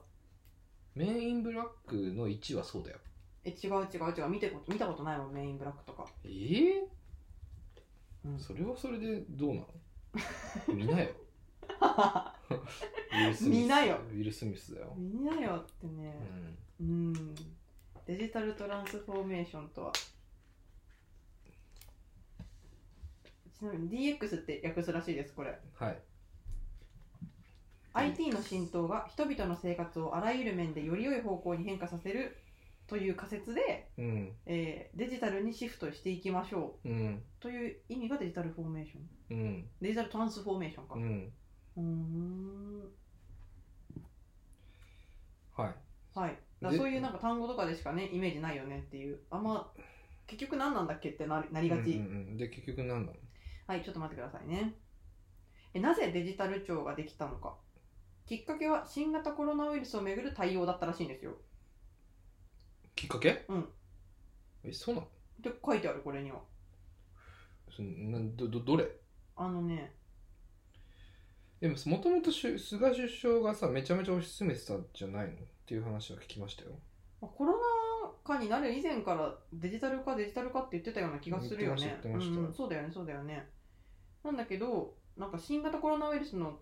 Speaker 2: メインインブラックの1はそうだよ
Speaker 1: え違う違う違う見てこ見たことないもんメインブラックとか、
Speaker 2: ええ
Speaker 1: うん、
Speaker 2: それはそれでどうなの見な よウィルスミス
Speaker 1: 見なよ
Speaker 2: ウィル・スミスだ よ、
Speaker 1: 見なよってね
Speaker 2: うん、
Speaker 1: うんデジタルトランスフォーメーションとはちなみに DX って訳すらしいですこれ
Speaker 2: はい
Speaker 1: IT の浸透が人々の生活をあらゆる面でより良い方向に変化させるという仮説で、
Speaker 2: うん
Speaker 1: えーデジタルにシフトしていきましょ
Speaker 2: うん
Speaker 1: うという意味がデジタルフォーメーション
Speaker 2: うん
Speaker 1: デジタルトランスフォーメーションか
Speaker 2: うん
Speaker 1: うーん
Speaker 2: はい
Speaker 1: はい、だから
Speaker 2: で
Speaker 1: そういうなんか単語とかでしかねイメージないよねっていうあんま結局何なんだっけってなりなりがち、
Speaker 2: うんうんうん、で結局何なの
Speaker 1: はいちょっと待ってくださいねえなぜデジタル庁ができたのかきっかけは新型コロナウイルスをめぐる対応だったらしいんですよ
Speaker 2: きっかけ
Speaker 1: うん
Speaker 2: えそうなの
Speaker 1: って書いてあるこれには
Speaker 2: そんなどどどれ
Speaker 1: あのね
Speaker 2: でももともと菅首相がさめちゃめちゃ推し進めてたんじゃないのっていう話は聞きましたよ
Speaker 1: まあコロナ禍になる以前からデジタル化デジタル化って言ってたような気がするよ
Speaker 2: 言
Speaker 1: ね
Speaker 2: っ
Speaker 1: う
Speaker 2: て
Speaker 1: ん
Speaker 2: ました言っ
Speaker 1: う
Speaker 2: てました
Speaker 1: んそうだよねそうだよねなんだけどなんか新型コロナウイルスの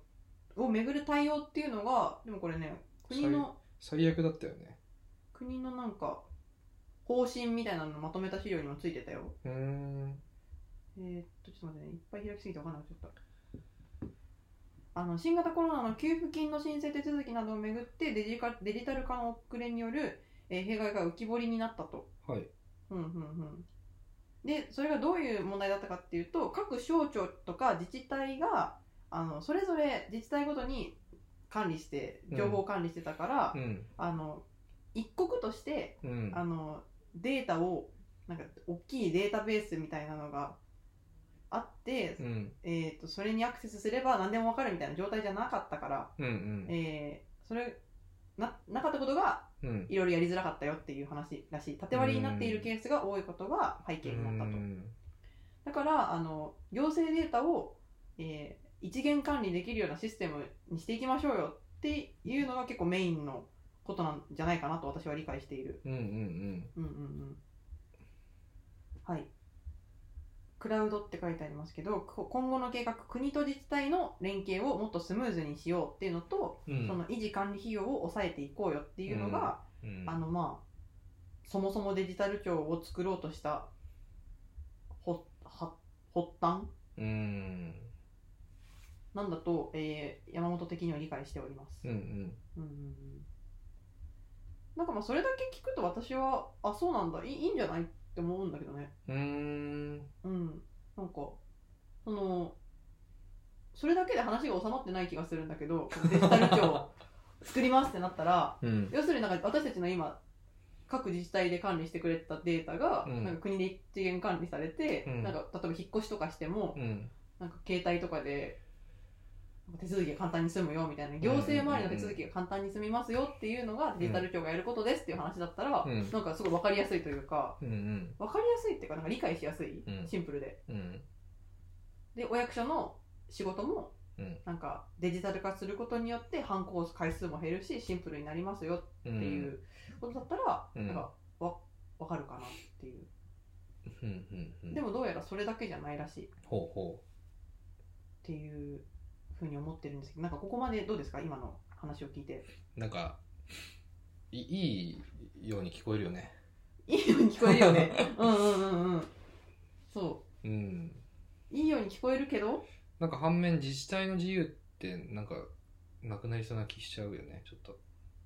Speaker 1: をめぐる対応っていうのがでもこれね国の、
Speaker 2: 最悪だったよね
Speaker 1: 国のなんか方針みたいなのまとめた資料にもついてたよ
Speaker 2: うーん
Speaker 1: えーっとちょっと待ってねいっぱい開きすぎて分かんなくなっちゃったあの新型コロナの給付金の申請手続きなどをめぐってデジカデジタル化の遅れによる、えー弊害が浮き彫りになったと
Speaker 2: はい
Speaker 1: うんうんうんでそれがどういう問題だったかっていうと各省庁とか自治体があのそれぞれ自治体ごとに管理して情報を管理してたから、
Speaker 2: うん
Speaker 1: あの一国として
Speaker 2: うん
Speaker 1: あのデータをなんか大きいデータベースみたいなのがあって、
Speaker 2: うん
Speaker 1: えー、とそれにアクセスすれば何でも分かるみたいな状態じゃなかったから、
Speaker 2: うんうん
Speaker 1: えーそれななかったことが
Speaker 2: うん
Speaker 1: いろいろやりづらかったよっていう話らしい縦割りになっているケースが多いことが背景になったと
Speaker 2: うん
Speaker 1: だからあの行政データを、えー一元管理できるようなシステムにしていきましょうよっていうのが結構メインのことなんじゃないかなと私は理解している
Speaker 2: うんうん
Speaker 1: うんうんうんはいクラウドって書いてありますけどこ今後の計画国と自治体の連携をもっとスムーズにしようっていうのと、
Speaker 2: うんうん
Speaker 1: その維持管理費用を抑えていこうよっていうのが、
Speaker 2: うん
Speaker 1: あのまあそもそもデジタル庁を作ろうとしたほは発端
Speaker 2: うん
Speaker 1: なんだと、えー山本的には理解しております。
Speaker 2: うんうん
Speaker 1: うんうんうんなんかまあそれだけ聞くと私はあそうなんだいいいいんじゃないって思うんだけどね。
Speaker 2: うーん
Speaker 1: うん、なんかそのそれだけで話が収まってない気がするんだけどこのデジタル庁を作りますってなったら
Speaker 2: うん
Speaker 1: 要するになんか私たちの今各自治体で管理してくれてたデータが、
Speaker 2: うん
Speaker 1: なんか国で一元管理されて、
Speaker 2: うん
Speaker 1: なんか例えば引っ越しとかしても、
Speaker 2: うん
Speaker 1: なんか携帯とかでなんか手続きが簡単に済むよみたいな行政周りの手続きが簡単に済みますよっていうのがデジタル庁がやることですっていう話だったら、
Speaker 2: うん
Speaker 1: なんかすごい分かりやすいというか
Speaker 2: うんうん
Speaker 1: 分かりやすいっていうかなんか理解しやすい、
Speaker 2: うん
Speaker 1: シンプルで。
Speaker 2: うん
Speaker 1: でお役所の仕事も
Speaker 2: うん
Speaker 1: なんかデジタル化することによって犯行回数も減るしシンプルになりますよ
Speaker 2: う
Speaker 1: って
Speaker 2: ん
Speaker 1: いうことだったら、
Speaker 2: うん
Speaker 1: なんかわわかるかなっていう、
Speaker 2: うんうんうん
Speaker 1: でもどうやらそれだけじゃないらしいっ
Speaker 2: ほうほ
Speaker 1: ていうふうに思ってるんですけどなんかここまでどうですか今の話を聞いて
Speaker 2: うなんかいいいように聞こえるよね
Speaker 1: いいように聞こえるよ ねうんうんうんうんそ
Speaker 2: うん
Speaker 1: ういいように聞こえるけど
Speaker 2: なんか反面自治体の自由ってなんかなくなりそうな気しちゃうよねちょっと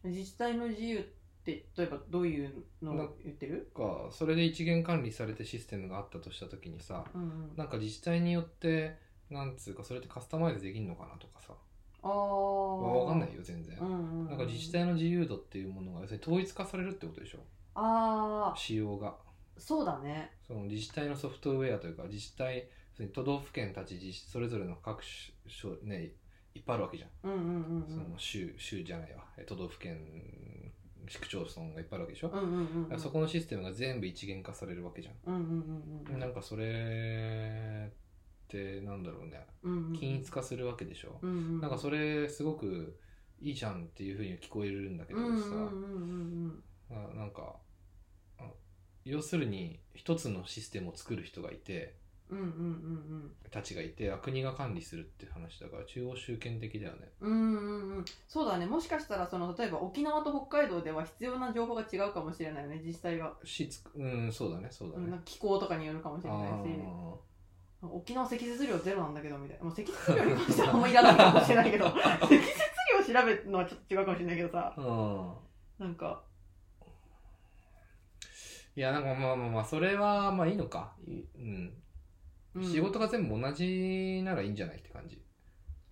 Speaker 1: 自治体の自由って例えばどういうのを言ってる
Speaker 2: かそれで一元管理されてシステムがあったとした時にさ
Speaker 1: うんうん、
Speaker 2: なんか自治体によってなんつうかそれってカスタマイズできるのかなとかさ
Speaker 1: あ
Speaker 2: わ
Speaker 1: わ
Speaker 2: かんないよ全然、
Speaker 1: うんうんうん、
Speaker 2: なんか自治体の自由度っていうものが要するに統一化されるってことでしょ
Speaker 1: ああ
Speaker 2: 仕様が
Speaker 1: そうだね
Speaker 2: その自治体のソフトウェアというか自治体それに都道府県たち自治それぞれの各省ねいっぱいあるわけじゃん、
Speaker 1: うんうんうんうん
Speaker 2: その州州じゃないわえ都道府県市区町村がいっぱいあるわけでしょ、
Speaker 1: うんうんうんうん
Speaker 2: そこのシステムが全部一元化されるわけじゃん、
Speaker 1: うんうんうんうん
Speaker 2: なんかそれってなんだろうね
Speaker 1: うんうん
Speaker 2: 均一化するわけでしょ、
Speaker 1: うんうん
Speaker 2: なんかそれすごくいいじゃんっていうふうに聞こえるんだけど
Speaker 1: う
Speaker 2: さ、
Speaker 1: んうんうん
Speaker 2: ななんかあ要するに一つのシステムを作る人がいて
Speaker 1: うんうんうんうん
Speaker 2: たちがいてあ国が管理するって話だから中央集権的だよね
Speaker 1: うんうんうんそうだねもしかしたらその例えば沖縄と北海道では必要な情報が違うかもしれないよね実際は、
Speaker 2: しつくうんそうだねそうだ
Speaker 1: うんな
Speaker 2: ね
Speaker 1: んか気候とかによるかもしれないし
Speaker 2: あ
Speaker 1: 沖縄積雪量ゼロなんだけどみたいなもう積雪量に関してはあんまいらないかもしれないけど積雪量調べるのはちょっと違うかもしれないけどさ
Speaker 2: ーう
Speaker 1: な
Speaker 2: ん
Speaker 1: んか
Speaker 2: いやなんかまあまあまあそれはまあいいのか、いうん、
Speaker 1: うん
Speaker 2: 仕事が全部同じならいいんじゃないって感じ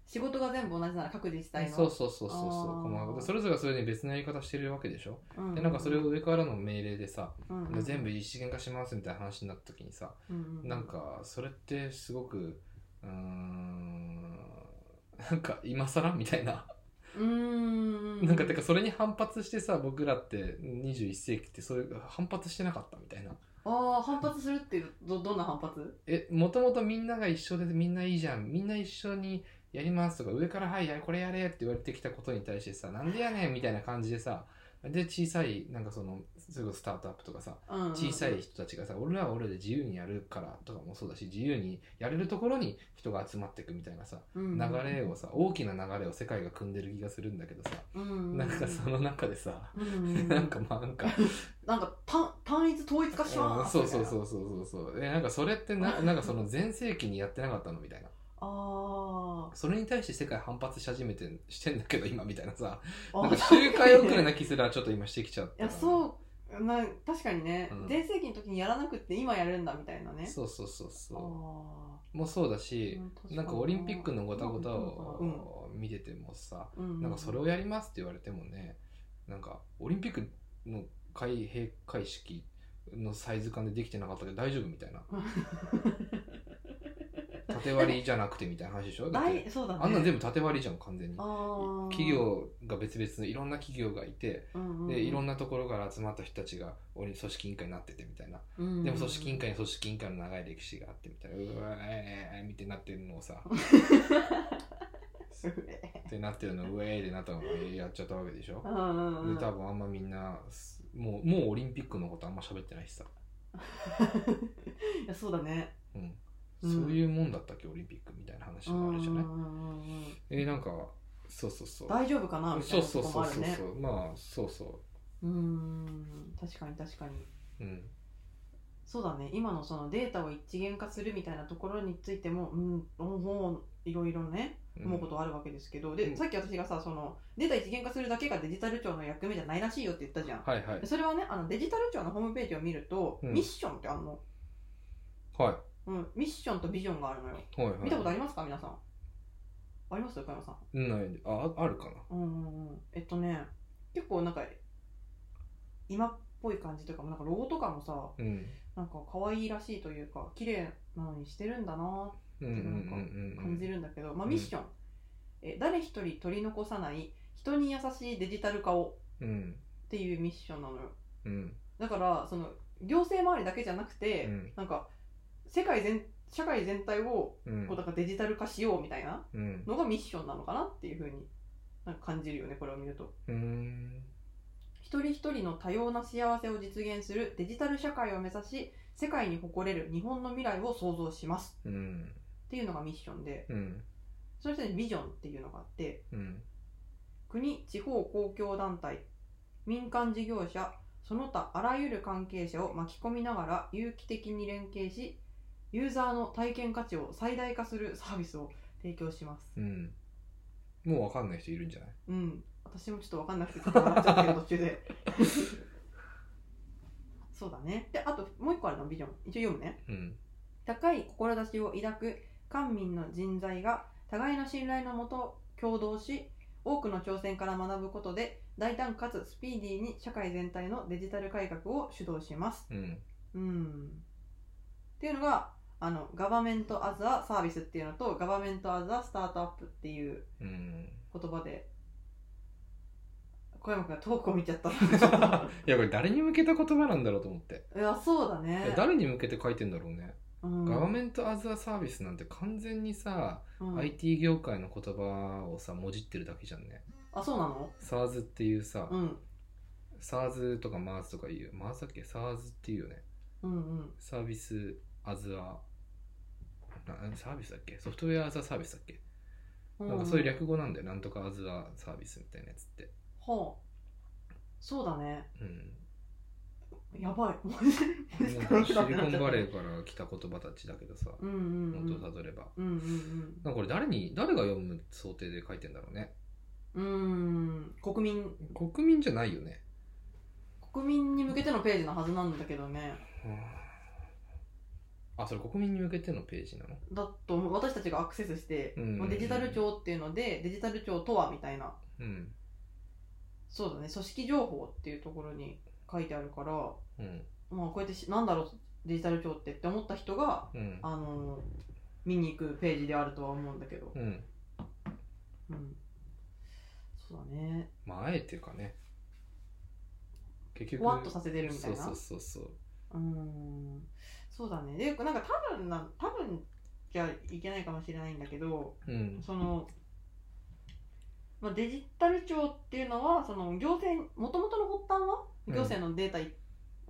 Speaker 1: 仕事が全部同じなら各自治体の
Speaker 2: そうそうそうそうそう
Speaker 1: あー
Speaker 2: まあそれぞれがそれに別のやり方してるわけでしょ
Speaker 1: うんうん
Speaker 2: でなんかそれを上からの命令でさ、
Speaker 1: うんうん
Speaker 2: 全部一元化しますみたいな話になった時にさ、
Speaker 1: うんうん
Speaker 2: なんかそれってすごくうーん なんか今更みたいな
Speaker 1: うーん
Speaker 2: なんかてかそれに反発してさ僕らって21世紀ってそういう反発してなかったみたいな
Speaker 1: ああ反発するっていうどどんな反発
Speaker 2: えもともとみんなが一緒でみんないいじゃんみんな一緒にやりますとか上から「はいはいこれやれ」って言われてきたことに対してさ「なんでやねん」みたいな感じでさで小さいなんかそのそれこそスタートアップとかさ小
Speaker 1: 小
Speaker 2: さい人たちがさ俺らは俺らで自由にやるからとかもそうだし自由にやれるところに人が集まっていくみたいなさ
Speaker 1: 流
Speaker 2: 流れをさ大きな流れを世界が組んでる気がするんだけどさなんかその中でさ
Speaker 1: な
Speaker 2: なんかまあなんか
Speaker 1: なんか単単一統一化し
Speaker 2: う
Speaker 1: ま
Speaker 2: ん
Speaker 1: す
Speaker 2: そ
Speaker 1: み
Speaker 2: う
Speaker 1: たい
Speaker 2: そ
Speaker 1: な
Speaker 2: うそうそうそうそうえなんかそれってななんかその全盛期にやってなかったのみたいな
Speaker 1: あー
Speaker 2: それに対して世界反発し始めてしてんだけど今みたいなさ
Speaker 1: あ
Speaker 2: なんか周回遅 れ
Speaker 1: い
Speaker 2: な気すらちょっと今してきちゃった
Speaker 1: やそうな確かにね
Speaker 2: うん
Speaker 1: 全盛期の時にやらなくって今やるんだみたいなね
Speaker 2: そうそうそう
Speaker 1: あ
Speaker 2: そうんもうそうだしなんかオリンピックのごたごたを見ててもさ、なんかそれ
Speaker 1: を
Speaker 2: をやりますって言われてもねなんかオリンピックの開閉会式のサイズ感でできてなかったけど大丈夫みたいな縦割りじゃなくてみたいな話でしょだって
Speaker 1: そうだね
Speaker 2: あんなん全部縦割りじゃん完全に
Speaker 1: あー
Speaker 2: 企業が別々のいろんな企業がいてでいろんなところから集まった人たちが俺組織委員会になっててみたいなでも組織委員会に組織委員会の長い歴史があってみたいなうわーえーえーみたいになってるのをさってなってるのうえーでなったのがやっちゃったわけでしょで 多
Speaker 1: 多
Speaker 2: 分あんまみんなすもうもうオリンピックのことあんま喋ってないしさ、
Speaker 1: いやそうだね
Speaker 2: うん
Speaker 1: うん
Speaker 2: そういうもんだったっけオリンピックみたいな話もあるじゃない、
Speaker 1: うんうんうんうん
Speaker 2: えーなんかそうそうそう
Speaker 1: 大丈夫かなみた
Speaker 2: そ
Speaker 1: いうな
Speaker 2: そ
Speaker 1: と
Speaker 2: う
Speaker 1: こ
Speaker 2: そ
Speaker 1: も
Speaker 2: う
Speaker 1: あ
Speaker 2: そ
Speaker 1: る
Speaker 2: う
Speaker 1: ね
Speaker 2: そうまあそうそう
Speaker 1: ーん確かに確かに
Speaker 2: ううん
Speaker 1: そうだね今のそのデータを一元化するみたいなところについてもうんもういろいろね
Speaker 2: うん
Speaker 1: 思うことはあるわけですけど、で、
Speaker 2: うん
Speaker 1: さっき私がさそのデータ一元化するだけがデジタル庁の役目じゃないらしいよって言ったじゃん、
Speaker 2: はいはい
Speaker 1: それはねあのデジタル庁のホームページを見ると、
Speaker 2: うん
Speaker 1: ミッションってあんの、
Speaker 2: はい
Speaker 1: うん、ミッションとビジョンがあるのよ
Speaker 2: はいはい
Speaker 1: 見たことあ
Speaker 2: る
Speaker 1: りますか皆さんありますよ加山さん
Speaker 2: ないああるかな
Speaker 1: うんうんうんえっとね結構なんか今っぽい感じというかもうなんかロゴとかもさ
Speaker 2: うん
Speaker 1: なんか可愛いらしいというか綺麗なのにしてるんだな
Speaker 2: うんうんうんうん
Speaker 1: 感じるんだけど、まあ、
Speaker 2: うん
Speaker 1: ミッション、え誰一人取り残さない人に優しいデジタル化を
Speaker 2: うん
Speaker 1: っていうミッションなのよ
Speaker 2: うん
Speaker 1: だからその行政周りだけじゃなくて、
Speaker 2: うん
Speaker 1: なんか世界全社会全体を
Speaker 2: うん
Speaker 1: こうだからデジタル化しようみたいな
Speaker 2: うん
Speaker 1: のがミッションなのかなっていうふうになんか感じるよねこれを見ると
Speaker 2: うん
Speaker 1: 一人一人の多様な幸せを実現するデジタル社会を目指し世界に誇れる日本の未来を創造します
Speaker 2: うん
Speaker 1: っていうのがミッションで
Speaker 2: うん
Speaker 1: そしてビジョンっていうのがあって
Speaker 2: うん
Speaker 1: 国、地方公共団体、民間事業者、その他あらゆる関係者を巻き込みながら有機的に連携し、ユーザーの体験価値を最大化するサービスを提供します。
Speaker 2: うんもうわかんない人いるんじゃない
Speaker 1: うん、私もちょっと分かんなくて、ちょっと笑っちゃったけど途中で。そうだね。で、あともう一個あるの、ビジョン。一応読むね。
Speaker 2: うん
Speaker 1: 高い志を抱く官民の人材が互いの信頼のもと共同し多くの挑戦から学ぶことで大胆かつスピーディーに社会全体のデジタル改革を主導します。
Speaker 2: うん
Speaker 1: うん、っていうのがあのガバメント・アズ・ア・サービスっていうのとガバメント・アズ・ア・スタートアップっていう
Speaker 2: うん
Speaker 1: 言葉で小山君がトークを見ち ゃった
Speaker 2: いやこれ誰に向けた言葉なんだろうと思って、
Speaker 1: いやそうだ
Speaker 2: い
Speaker 1: ね
Speaker 2: や誰に向けて書いてんだろうね、
Speaker 1: うん
Speaker 2: ガバメント・アズ・ア・サービスなんて完全にさ、
Speaker 1: うん
Speaker 2: IT 業界の言葉をさもじってるだけじゃんね
Speaker 1: あそうなの
Speaker 2: SARS っていうさ、
Speaker 1: うん、
Speaker 2: SARS とか MERS とかいう MERS だっけ SARS っていうよね
Speaker 1: うんうん
Speaker 2: サービス・アズ・アなサービスだっけソフトウェア・アズ・ア・サービスだっけ、
Speaker 1: うん
Speaker 2: なんかそういう略語なんだよなんとか・アズ・ア・サービスみたいなやつって
Speaker 1: ほうそうだね
Speaker 2: うん
Speaker 1: やばい
Speaker 2: シリコン
Speaker 1: シ
Speaker 2: バレーから来た言葉たちだけどさ、
Speaker 1: うんうんうん
Speaker 2: 元をたどれば
Speaker 1: うんうん
Speaker 2: なんかこれ誰に誰が読む想定で書いてんだろうね
Speaker 1: うんうん国民
Speaker 2: 国民じゃないよね
Speaker 1: 国民に向けてのページのはずなんだけどね
Speaker 2: あそれ国民に向けてのページなの
Speaker 1: だと思う私たちがアクセスして、
Speaker 2: うん
Speaker 1: まあデジタル庁っていうのでデジタル庁とはみたいな
Speaker 2: うん
Speaker 1: そうだね組織情報っていうところに書いてあるから
Speaker 2: うん
Speaker 1: まあこうやってしなんだろうデジタル庁ってって思った人が
Speaker 2: うん
Speaker 1: あの見に行くページであるとは思うんだけど
Speaker 2: う
Speaker 1: う
Speaker 2: ん
Speaker 1: んそうだね
Speaker 2: まああえてかね結
Speaker 1: ふわっとさせてるみたいな
Speaker 2: そうそうそう
Speaker 1: うーんそうだねでなんか多分な多分じゃいけないかもしれないんだけど
Speaker 2: そううん
Speaker 1: その、まあ、デジタル庁っていうのはその行政もともとの発端は
Speaker 2: うん
Speaker 1: 行政のデータ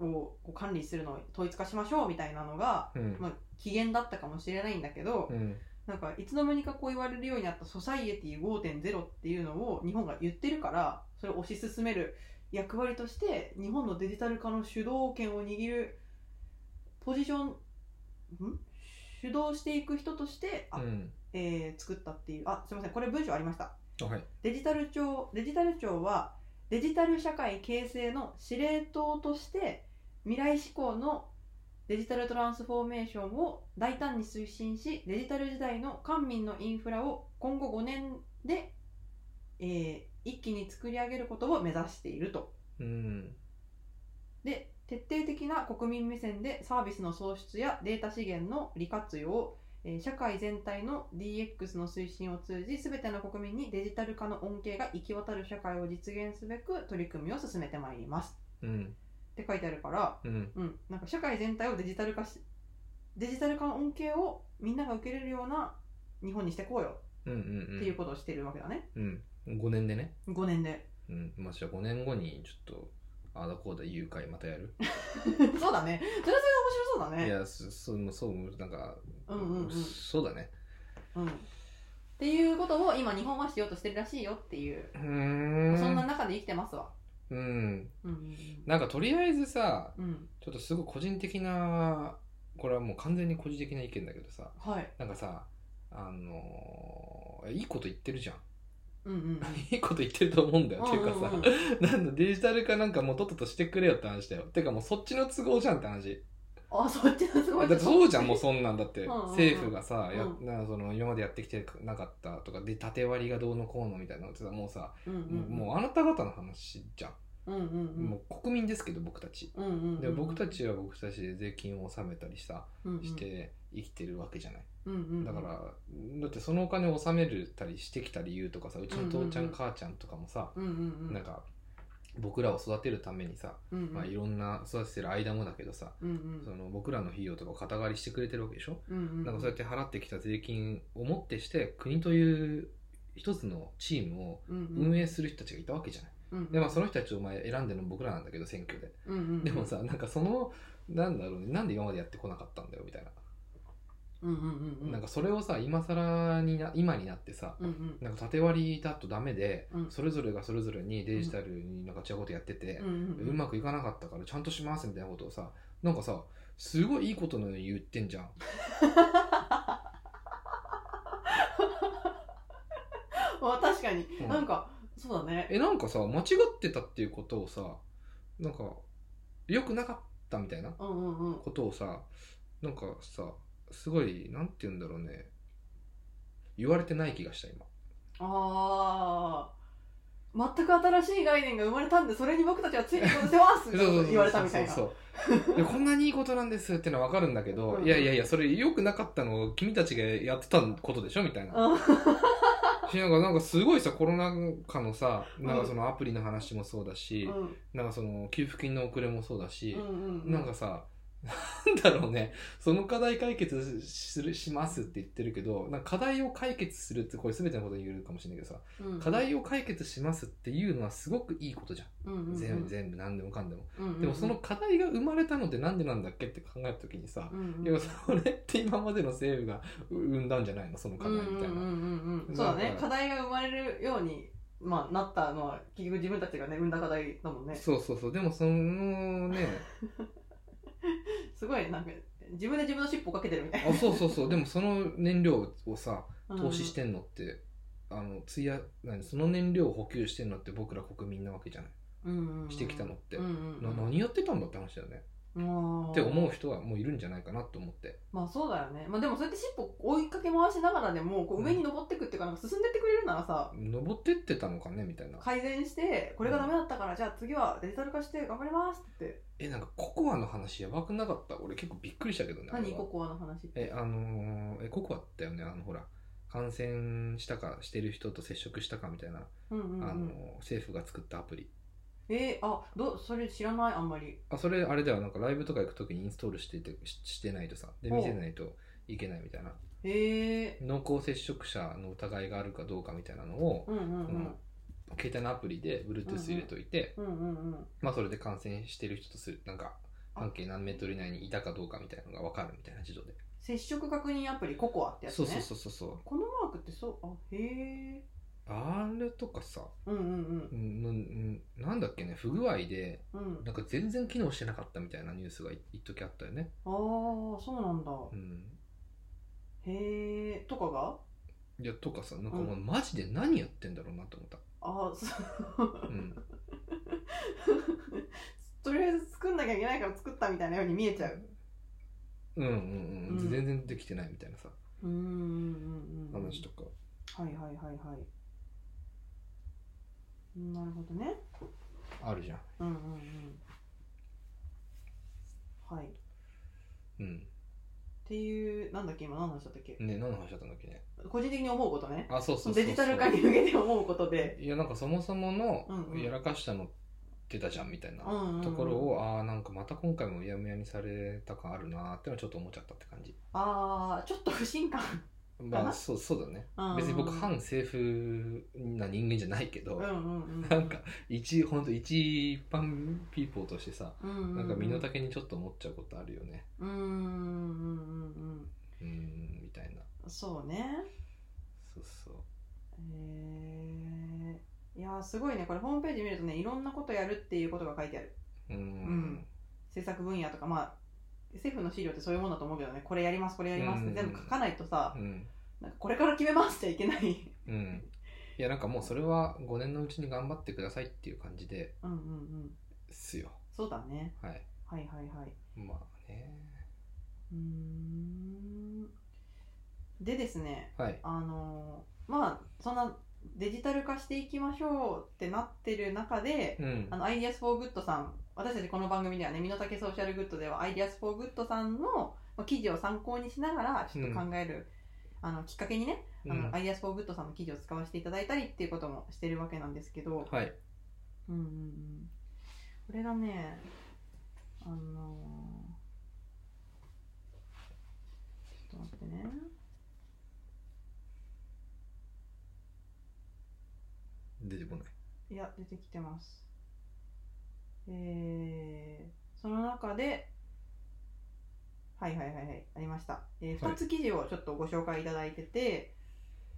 Speaker 1: をこう管理するのを統一化しましょうみたいなのが、
Speaker 2: うん
Speaker 1: まあ、起源だったかもしれないんだけど、
Speaker 2: うん
Speaker 1: なんかいつの間にかこう言われるようになったソサイエティ5.0っていうのを日本が言ってるからそれを推し進める役割として日本のデジタル化の主導権を握るポジションん主導していく人として、あ
Speaker 2: うん
Speaker 1: えー作ったっていうあすいませんこれ文章ありました
Speaker 2: あはい
Speaker 1: デジタル庁デジタル庁はデジタル社会形成の司令塔として未来志向のデジタルトランスフォーメーションを大胆に推進しデジタル時代の官民のインフラを今後5年で、えー一気に作り上げることを目指していると
Speaker 2: うん
Speaker 1: で徹底的な国民目線でサービスの創出やデータ資源の利活用、えー社会全体の DX の推進を通じ全ての国民にデジタル化の恩恵が行き渡る社会を実現すべく取り組みを進めてまいります
Speaker 2: うん
Speaker 1: って書いてあるから、
Speaker 2: うん
Speaker 1: うん、なんか社会全体をデジタル化しデジタル化の恩恵をみんなが受けれるような日本にしてこうよ
Speaker 2: うんうんうん
Speaker 1: っていうことをしてるわけだね、
Speaker 2: うん5年でね
Speaker 1: 5年で
Speaker 2: うんまあじゃあ5年後にちょっとああだこうだ誘拐またやる
Speaker 1: そうだねそれはそれで面白そうだね
Speaker 2: いやそそうもうそうなんか
Speaker 1: うんうんうん
Speaker 2: そうだね
Speaker 1: うん、っていうことを今日本はしようとしてるらしいよっていう、
Speaker 2: うーん
Speaker 1: そんな中で生きてますわ
Speaker 2: うん
Speaker 1: うん
Speaker 2: なんかとりあえずさ
Speaker 1: うん、うん、
Speaker 2: ちょっとすごい個人的なこれはもう完全に個人的な意見だけどさ
Speaker 1: はい
Speaker 2: なんかさあのーいいこと言ってるじゃん
Speaker 1: うんうん
Speaker 2: いいこと言 ってると思うんだよ、
Speaker 1: うん
Speaker 2: っていうかさ、
Speaker 1: うん
Speaker 2: なんだデジタル化なんかもうとっととしてくれよって話だよてかもうそっちの都合じゃんって話
Speaker 1: あそっちのすご
Speaker 2: だ
Speaker 1: い
Speaker 2: ってそうじゃんもうそんなんだって
Speaker 1: うんうんうん
Speaker 2: 政府がさ、や
Speaker 1: う
Speaker 2: なんかその今までやってきてなかったとかで縦割りがどうのこうのみたいなのってさもうさ、
Speaker 1: うんうん
Speaker 2: もうあなた方の話じゃん、
Speaker 1: うんうんうん
Speaker 2: もう国民ですけど僕たち
Speaker 1: うんうんうん
Speaker 2: で僕たちは僕たちで税金を納めたりさ
Speaker 1: うんうん
Speaker 2: して生きてるわけじゃない、
Speaker 1: うんうん
Speaker 2: だからだってそのお金を納めるたりしてきた理由とかさうちの父ちゃん母ちゃんとかもさ、
Speaker 1: うんうんうん
Speaker 2: なんか僕らを育てるためにさ、
Speaker 1: うんうん
Speaker 2: まあ、いろんな育ててる間もだけどさ
Speaker 1: うんうん
Speaker 2: その僕らの費用とかを肩代わりしてくれてるわけでしょ、
Speaker 1: うんうん
Speaker 2: なんかそうやって払ってきた税金をもってして国という一つのチームを運営する人たちがいたわけじゃない、でまあその人たちを前選んでるの僕らなんだけど選挙で
Speaker 1: うんうんうん
Speaker 2: でもさなんかそのなんだろうねなんで今までやってこなかったんだよみたい
Speaker 1: う
Speaker 2: な、
Speaker 1: んうんうんうん
Speaker 2: なんかそれをさ今更にな今になってさ
Speaker 1: うんうん
Speaker 2: なんか縦割りだとダメで、
Speaker 1: うん
Speaker 2: それぞれがそれぞれにデジタルになんか違うことやってて
Speaker 1: う、ん
Speaker 2: うまくいかなかったからちゃんとしますみたいなことをさなんかさすごいいいことのように言ってんじゃん
Speaker 1: あ確かに、
Speaker 2: うん
Speaker 1: なんかそうだね
Speaker 2: えなんかさ間違ってたっていうことをさなんか良くなかったみたいな
Speaker 1: うんうんうん
Speaker 2: ことをさなんかさすごいなんて言うんだろうね言われてない気がした今
Speaker 1: ああ全く新しい概念が生まれたんでそれに僕たちはついてこのせますって言われたみたいな
Speaker 2: そうそうそういやこんなにいいことなんですってのは分かるんだけど、
Speaker 1: うん
Speaker 2: いやいやいやそれ良くなかったのを君たちがやってたことでしょみたいな、
Speaker 1: うん
Speaker 2: はしなんかなんかすごいさコロナ禍のさなんかそのアプリの話もそうだし、なんかその給付金の遅れもそうだし、なんかさなんだろうねその課題解決するしますって言ってるけどなんか課題を解決するってこれ全てのことに言えるかもしれないけどさ、課題を解決しますっていうのはすごくいいことじゃん、全部全部何でもかんでも、でもその課題が生まれたのってなんでなんだっけって考えた時にさ、要はそれって今までの政府が生んだんじゃないのその課題みたいな、
Speaker 1: そうだ
Speaker 2: なん
Speaker 1: ね
Speaker 2: か
Speaker 1: 課題が生まれるように、まあ、なったのは結局自分たちがね生んだ課題だもんね
Speaker 2: そうそうそうでもそのね
Speaker 1: すごいなんか自分で自分の尻尾をかけてるみたい
Speaker 2: あそうそうそうでもその燃料をさ
Speaker 1: な
Speaker 2: 投資してんのって、あの費や何その燃料を補給してんのって僕ら国民なわけじゃないしてきたのって、な何やってたんだって話だよね、
Speaker 1: っ
Speaker 2: って思う人はもういるんじゃないかなと思って
Speaker 1: まあそうだよね、まあ、でもそうやって尻尾を追いかけ回しながらでもこう上に登ってくっていうかなんか進んでってくれるならさ
Speaker 2: 登ってってたのかねみたいな
Speaker 1: 改善してこれがダメだったからじゃあ次はデジタル化して頑張りますって
Speaker 2: えなんかココアの話やばくなかった俺結構びっくりしたけどねあれは
Speaker 1: 何ココアの話って
Speaker 2: えあのーえココアだよねあのほら感染したかしてる人と接触したかみたいな、
Speaker 1: うんうんうん
Speaker 2: あのー政府が作ったアプリ
Speaker 1: えー、あどそれ知らないあんまり
Speaker 2: あそれあれだよなんかライブとか行く時にインストールしててししてないとさで
Speaker 1: ほう
Speaker 2: 見せないといけないみたいな
Speaker 1: え
Speaker 2: 濃厚接触者の疑いがあるかどうかみたいなのを
Speaker 1: ー、、うんうん
Speaker 2: その携帯のアプリで
Speaker 1: うんうん
Speaker 2: Bluetooth 入れといて、
Speaker 1: うんうんうんうん
Speaker 2: まあ、それで感染してる人とするなんか半径何メートル以内にいたかどうかみたいなのが分かるみたいな自動で、
Speaker 1: 接触確認アプリココアってやつ
Speaker 2: そ
Speaker 1: ね
Speaker 2: うそうそうそうそう
Speaker 1: このマークってそうあへえ
Speaker 2: あれとかさ
Speaker 1: うんうん
Speaker 2: うんうんうんなんだっけね不具合で
Speaker 1: うんうん
Speaker 2: なんか全然機能してなかったみたいなニュースがい一時あったよね、
Speaker 1: ああそうなんだ
Speaker 2: うん、
Speaker 1: へえとかが
Speaker 2: いやとかさなんか
Speaker 1: うん
Speaker 2: もうマジで何やってんだろうなと思った、
Speaker 1: あーそう
Speaker 2: うん、
Speaker 1: とりあえず作んなきゃいけないから作ったみたいなように見えちゃう
Speaker 2: うんうんうん、
Speaker 1: うん
Speaker 2: 全然できてないみたいなさ
Speaker 1: うんうんうんうん
Speaker 2: 話とか、
Speaker 1: はいはいはいはいうんなるほどね
Speaker 2: あるじゃん
Speaker 1: うんうんうんはいっ
Speaker 2: うん
Speaker 1: ていうなんだっけ今何の話だったっけ
Speaker 2: ね何の話だったんだっけね
Speaker 1: 個人的に思うことね
Speaker 2: あそうそうそうそう
Speaker 1: デジタル化に向けて思うことで
Speaker 2: いやなんかそもそも
Speaker 1: うんう
Speaker 2: の
Speaker 1: ん
Speaker 2: やらかしたの出たじゃんみたいな
Speaker 1: うんうんうん
Speaker 2: ところを、ああなんかまた今回もうやむやにされた感あるなーってのはちょっと思っちゃったって感じ
Speaker 1: ああちょっと不信感か
Speaker 2: ま
Speaker 1: な
Speaker 2: あそうそうだね
Speaker 1: うん
Speaker 2: 別に僕反政府な人間じゃないけど、
Speaker 1: うんうんうん
Speaker 2: なんか一本当一一般ピーポーとしてさ、
Speaker 1: うんうんうん
Speaker 2: なんか身の丈にちょっと思っちゃうことあるよね
Speaker 1: うんうんうんうん
Speaker 2: うーんみたいな
Speaker 1: うんそうね
Speaker 2: そうそう
Speaker 1: へえいやーすごいねこれホームページ見るとねいろんなことやるっていうことが書いてある
Speaker 2: うーん
Speaker 1: ん制作分野とかまあ政府の資料ってそういうもんだと思うけどねこれやりますこれやりますって
Speaker 2: うん
Speaker 1: 全部書かないとさ、
Speaker 2: うん
Speaker 1: なんかこれから決めますじゃいけない
Speaker 2: うんいやなんかもうそれは5年のうちに頑張ってくださいっていう感じで
Speaker 1: うんうんうん
Speaker 2: すよ
Speaker 1: そうだね
Speaker 2: はい
Speaker 1: はいはいはい
Speaker 2: まあね
Speaker 1: うーんでですね
Speaker 2: はい
Speaker 1: あのーまあそんなデジタル化していきましょうってなってる中で、
Speaker 2: うん
Speaker 1: あのアイディアス・フォー・グッドさん私たちこの番組ではね身の丈ソーシャルグッドではアイディアス・フォー・グッドさんのまあ記事を参考にしながらちょっと考える、あのきっかけにね
Speaker 2: う
Speaker 1: あの
Speaker 2: ん
Speaker 1: アイデアス・フォー・グッドさんの記事を使わせていただいたりっていうこともしてるわけなんですけど、
Speaker 2: はい
Speaker 1: うんうんうん、これがねあのーちょっと待ってね
Speaker 2: 出てこない
Speaker 1: いや出てきてますえー、その中ではいはいはいはいありました、えー、
Speaker 2: はい
Speaker 1: 2つ記事をちょっとご紹介いただいてて、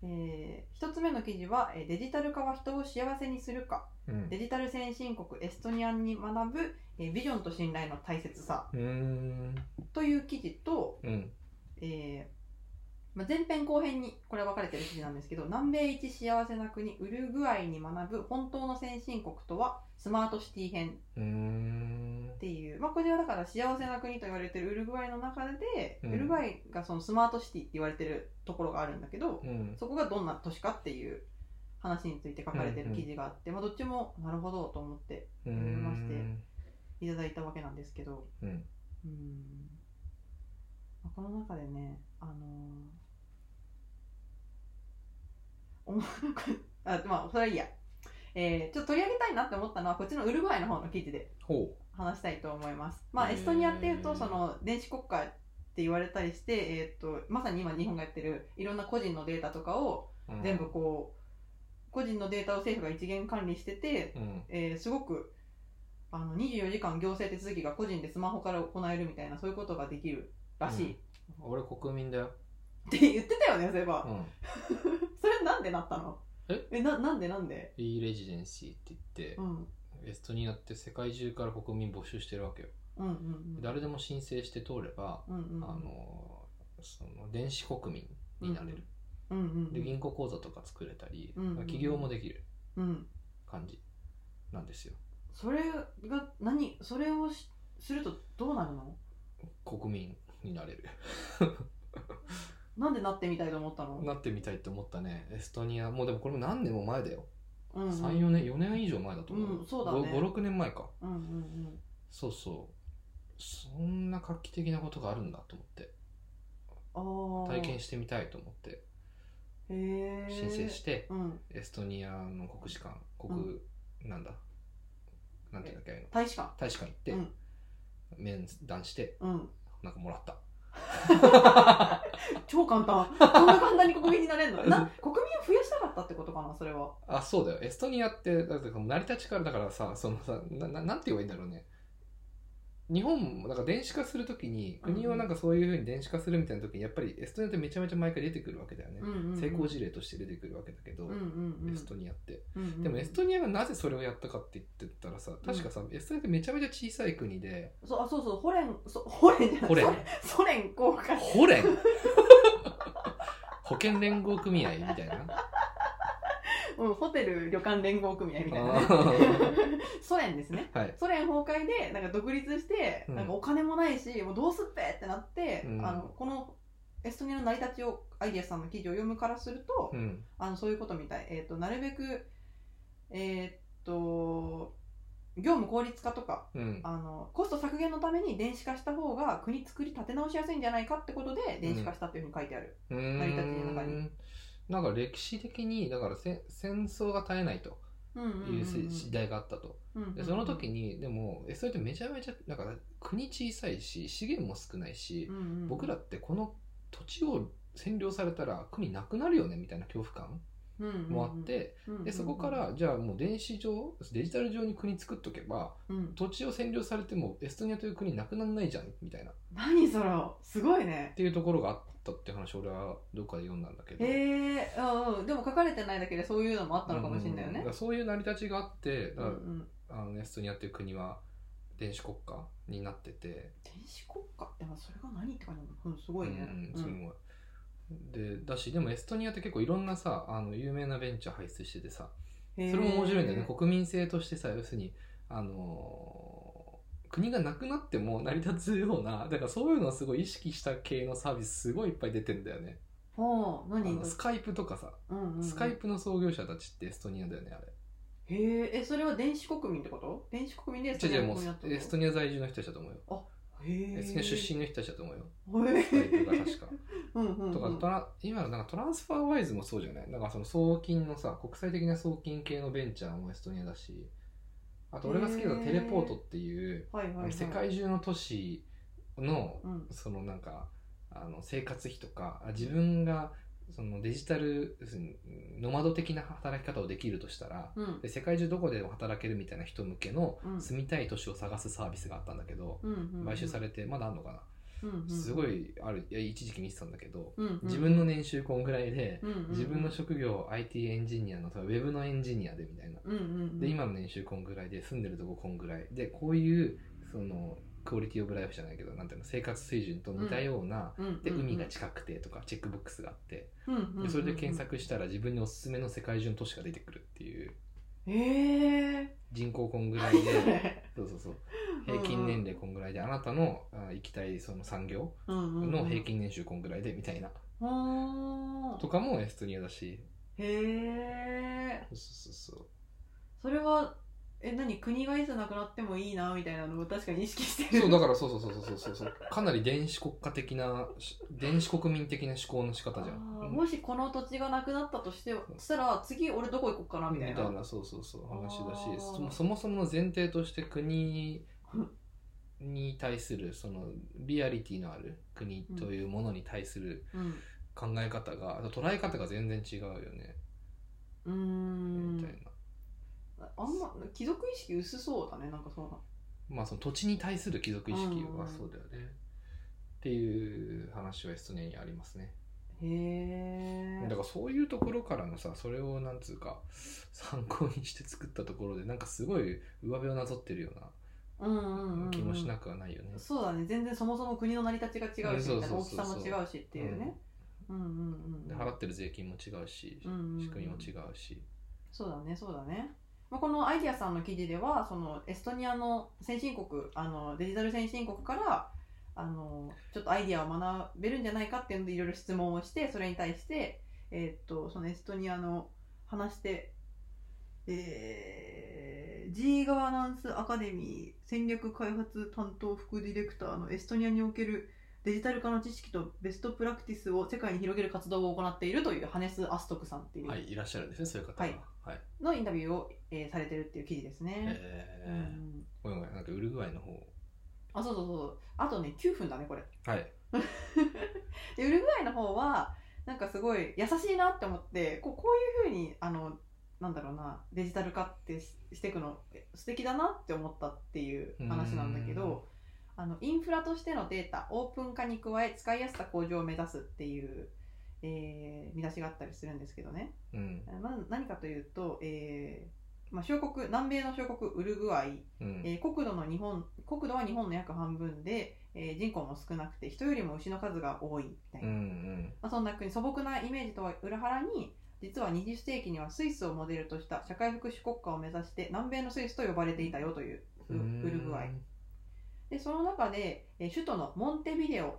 Speaker 1: え1つ目の記事は「えーデジタル化は人を幸せにするか」
Speaker 2: うん
Speaker 1: デジタル先進国エストニアに学ぶ、えービジョンと信頼の大切さ
Speaker 2: うーん
Speaker 1: という記事と、
Speaker 2: うん
Speaker 1: えーまあ、前編後編にこれは分かれてる記事なんですけど南米一幸せな国ウルグアイに学ぶ本当の先進国とはスマートシティ編っ
Speaker 2: うーん
Speaker 1: ていう、まあ、これはだから幸せな国と言われてるウルグアイの中で、
Speaker 2: うん
Speaker 1: ウルグアイがそのスマートシティって言われてるところがあるんだけど、
Speaker 2: うん
Speaker 1: そこがどんな都市かっていう話について書かれてる記事があって、まあ、どっちもなるほどと思って
Speaker 2: うー
Speaker 1: 思いまして
Speaker 2: ん
Speaker 1: いただいたわけなんですけど。
Speaker 2: うん
Speaker 1: うんまあこの中でね、あのーおも あまあそれはいいや、えーちょっと取り上げたいなって思ったのはこっちのウルグアイの方の記事で
Speaker 2: ほ
Speaker 1: 話したいと思います。まあ、
Speaker 2: へー
Speaker 1: エストニアっていうとその電子国家って言われたりして、えー、とまさに今日本がやってるいろんな個人のデータとかを
Speaker 2: う、うん
Speaker 1: 全部こう個人のデータを政府が一元管理してて、
Speaker 2: うん
Speaker 1: えーすごくあの24時間行政手続きが個人でスマホから行えるみたいなそういうことができるらしい、
Speaker 2: うん
Speaker 1: っ
Speaker 2: 俺国民だよ、
Speaker 1: て言ってたよねそういえば、
Speaker 2: うん、
Speaker 1: それなんでなったの
Speaker 2: え
Speaker 1: ななんでなんで
Speaker 2: e レジデンシーって言って
Speaker 1: う、ん
Speaker 2: エストニアって世界中から国民募集してるわけよ、
Speaker 1: うんうんうん
Speaker 2: 誰でも申請して通れば、
Speaker 1: うんうん
Speaker 2: あのその電子国民になれる、
Speaker 1: うんうんうん
Speaker 2: で銀行口座とか作れたり、
Speaker 1: うんうん
Speaker 2: 企業もできる
Speaker 1: うん
Speaker 2: 感じなんですよ
Speaker 1: それが何それをしするとどうなるの
Speaker 2: 国民になれる
Speaker 1: なんでなってみたいと思ったの、
Speaker 2: なってみたいと思ったねエストニアもうでもこれも何年も前だよ、
Speaker 1: うんうん、
Speaker 2: 34年4年以上前だと思う,、
Speaker 1: うんそうだね
Speaker 2: 56年前か
Speaker 1: うんうん
Speaker 2: そうそうそんな画期的なことがあるんだと思って
Speaker 1: うんああ
Speaker 2: 体験してみたいと思って
Speaker 1: へえ
Speaker 2: 申請して、
Speaker 1: うん
Speaker 2: エストニアの国士館国、なんだなんていうんだっけああい
Speaker 1: 大
Speaker 2: うの
Speaker 1: 使館
Speaker 2: 大使館行って、
Speaker 1: うん
Speaker 2: 面談して
Speaker 1: うん
Speaker 2: なんかもらった
Speaker 1: 超簡単こんな簡単に国民になれるの な国民を増やしたかったってことかなそれは
Speaker 2: あそうだよエストニアってだって成り立ちからだからさそのさなななんて言えばいいんだろうね日本もなんか電子化するときに国をなんかそういうふうに電子化するみたいなときにやっぱりエストニアってめちゃめちゃ毎回出てくるわけだよね、
Speaker 1: うんうんうん
Speaker 2: 成功事例として出てくるわけだけど、
Speaker 1: うんうんうん
Speaker 2: エストニアって
Speaker 1: うんうんうん
Speaker 2: でもエストニアがなぜそれをやったかって言ってたらさ確かさ、エストニアってめちゃめちゃ小さい国で
Speaker 1: そうあそうそうホレンそホレンじゃない
Speaker 2: ホレン
Speaker 1: ソソ連公開
Speaker 2: ホレン保険連合組合みたいな
Speaker 1: うん、ホテル旅館連合組合みたいな、ね
Speaker 2: あ、
Speaker 1: ソ連ですね
Speaker 2: はい
Speaker 1: ソ連崩壊でなんか独立して、
Speaker 2: うん
Speaker 1: なんかお金もないしもうどうすっぺってなって、
Speaker 2: うん
Speaker 1: あのこのエストニアの成り立ちをアイディアスさんの記事を読むからすると、
Speaker 2: うん
Speaker 1: あのそういうことみたい、えー、となるべくえーっと業務効率化とか
Speaker 2: うん
Speaker 1: あのコスト削減のために電子化した方が国作り立て直しやすいんじゃないかってことで電子化したっていうふうに書いてある、
Speaker 2: 成
Speaker 1: り立ちの中に
Speaker 2: なんか歴史的にだからせ戦争が絶えないと
Speaker 1: うんうんうん
Speaker 2: いうせ時代があったと、
Speaker 1: うんうんうん
Speaker 2: でその時にでもえそれってめちゃめちゃなんか国小さいし資源も少ないし、
Speaker 1: うんうん
Speaker 2: 僕らってこの土地を占領されたら国なくなるよねみたいな恐怖感もあって、
Speaker 1: うんうんうん
Speaker 2: でそこからじゃあもう電子上デジタル上に国作っとけば
Speaker 1: うん
Speaker 2: 土地を占領されてもエストニアという国なくならないじゃんみたいなっ
Speaker 1: 何それすごいね
Speaker 2: ていうところがあったって話俺はどっかで読んだんだけど。
Speaker 1: へえうんうんでも書かれてないだけでそういうのもあったのかもしれないよ
Speaker 2: うんうんうんだ
Speaker 1: ね
Speaker 2: からそういう成り立ちがあってだ
Speaker 1: う
Speaker 2: か
Speaker 1: んう
Speaker 2: ら
Speaker 1: ん
Speaker 2: あのエストニアっていう国は電子国家になってて、
Speaker 1: 電子国家ってそれが何って感じうんすご
Speaker 2: う
Speaker 1: い
Speaker 2: ん
Speaker 1: ね
Speaker 2: うんすごいでだしでもエストニアって結構いろんなさあの有名なベンチャー輩出しててさ
Speaker 1: そ
Speaker 2: それも面白いんだよね国民性としてさ要するにあのー国がなくなっても成り立つようなだからそういうのをすごい意識した系のサービスすごいいっぱい出てんだよね
Speaker 1: ほう
Speaker 2: あ
Speaker 1: 何
Speaker 2: のスカイプとかさ、
Speaker 1: うんうん
Speaker 2: スカイプの創業者たちってエストニアだよねあ
Speaker 1: へ
Speaker 2: れ
Speaker 1: ーえそれは電子国民ってこと電子国民でエスト
Speaker 2: 違
Speaker 1: ニア
Speaker 2: う違う
Speaker 1: の
Speaker 2: も
Speaker 1: 国になった
Speaker 2: う
Speaker 1: の
Speaker 2: エストニア在住の人たちだと思うよ
Speaker 1: へ
Speaker 2: エストニア出身の人たちだと思うよ。
Speaker 1: 身へ
Speaker 2: バイトが
Speaker 1: え
Speaker 2: 確か。
Speaker 1: うんうんうん
Speaker 2: とかトラ今のなんかトランスファーワイズもそうじゃないなんかその送金のさ国際的な送金系のベンチャーもエストニアだしあと俺が好きなのは
Speaker 1: へー
Speaker 2: テレポートっていう、
Speaker 1: はいはいはい
Speaker 2: 世界中の都市の
Speaker 1: うん
Speaker 2: そのなんかあの生活費とかあ自分がそのデジタル要するにノマド的な働き方をできるとしたら
Speaker 1: うん
Speaker 2: で世界中どこでも働けるみたいな人向けの
Speaker 1: うん
Speaker 2: 住みたい都市を探すサービスがあったんだけど
Speaker 1: うんうんうん
Speaker 2: 買収されてまだあんのかな
Speaker 1: うんうん
Speaker 2: すごいあるいや一時期見てたんだけど、
Speaker 1: うんうん
Speaker 2: 自分の年収こんぐらいで、
Speaker 1: うんうんうん
Speaker 2: 自分の職業 IT エンジニアのとかウェブのエンジニアでみたいな、
Speaker 1: うんうんうん
Speaker 2: で今の年収こんぐらいで住んでるとここんぐらいでこういうそのクオリティオブライフじゃないけどなんていうの生活水準と似たような、
Speaker 1: うんうんうん
Speaker 2: で海が近くてとかチェックボックスがあって、
Speaker 1: うんうんうんうん
Speaker 2: でそれで検索したら自分におすすめの世界中の都市が出てくるっていう
Speaker 1: へえ
Speaker 2: 人口こんぐらいで
Speaker 1: う
Speaker 2: そうそうそう平均年齢こんぐらいであなたのあ行きたいその産業
Speaker 1: ん うん
Speaker 2: の平均年収こんぐらいでみたいな
Speaker 1: は
Speaker 2: とかもエストニアだし
Speaker 1: へえ
Speaker 2: そうそうそう
Speaker 1: それはえ何国がいつなくなってもいいなみたいなのを確かに意識してる
Speaker 2: そうだからそうそうそうそうそうそうかなり電子国家的なし電子国民的な思考の仕方じゃん
Speaker 1: あーもしこの土地がなくなったとしてしたら次俺どこ行こうかなみ
Speaker 2: み
Speaker 1: た
Speaker 2: た
Speaker 1: い
Speaker 2: い
Speaker 1: な
Speaker 2: なそうそうそう話だ
Speaker 1: あー
Speaker 2: しそそもそもの前提として国に対するそのリアリティのある国というものに対する
Speaker 1: うん
Speaker 2: 考え方が、あと捉え方が全然違うよね、
Speaker 1: うーん
Speaker 2: みたいな
Speaker 1: あんま貴族意識薄そうだねなんかそうな
Speaker 2: まあその土地に対する貴族意識はそうだよね、っていう話はエストニアにありますね
Speaker 1: へえ
Speaker 2: だからそういうところからのさそれをなんつうか参考にして作ったところでなんかすごい上辺をなぞってるよ
Speaker 1: うんうん
Speaker 2: う
Speaker 1: うんうん
Speaker 2: な気もしなくはないよね、
Speaker 1: そうだね全然そもそも国の成り立ちが違うし
Speaker 2: うん
Speaker 1: みたいな
Speaker 2: そう
Speaker 1: 大
Speaker 2: そ
Speaker 1: き
Speaker 2: う
Speaker 1: さ
Speaker 2: そうそう
Speaker 1: も違うしっていうねうんうんうん
Speaker 2: で
Speaker 1: うん
Speaker 2: 払ってる税金も違うし、
Speaker 1: うんうんうん
Speaker 2: 仕組みも違うし、
Speaker 1: そうだねそうだね、まあ、このアイディアさんの記事ではそのエストニアの先進国あのデジタル先進国からあのちょっとアイディアを学べるんじゃないかっていうのでいろいろ質問をしてそれに対して、えーっとそのエストニアの話して、えー、G ガバナンスアカデミー戦略開発担当副ディレクターのエストニアにおけるデジタル化の知識とベストプラクティスを世界に広げる活動を行っているというハネス・アストクさんっていう
Speaker 2: はいいらっしゃるんですねそういう方が
Speaker 1: は
Speaker 2: はいい、
Speaker 1: のインタビューを、えーされてるっていう記事ですね。
Speaker 2: え
Speaker 1: う
Speaker 2: ー
Speaker 1: ん
Speaker 2: ごめんごめんなんかウルグアイの方
Speaker 1: あそうそうそうあとね9分だねこれ。
Speaker 2: はい
Speaker 1: でウルグアイの方はなんかすごい優しいなって思ってこうこういうふうにあのなんだろうなデジタル化ってししていくのえ素敵だなって思ったっていう話なんだけどあのインフラとしてのデータオープン化に加え使いやすさ向上を目指すっていう、えー見出しがあったりするんですけどね。
Speaker 2: うん
Speaker 1: まあ、何かというと、えーまあ、小国南米の小国ウルグアイ
Speaker 2: うん
Speaker 1: えー国土の日本国土は日本の約半分で、えー人口も少なくて人よりも牛の数が多いみたい
Speaker 2: うんう
Speaker 1: な、
Speaker 2: ん
Speaker 1: まあ、そんな国素朴なイメージとは裏腹に実は20世紀にはスイスをモデルとした社会福祉国家を目指して南米のスイスと呼ばれていたよというウウルグアイでその中で、えー首都のモンテビデオっ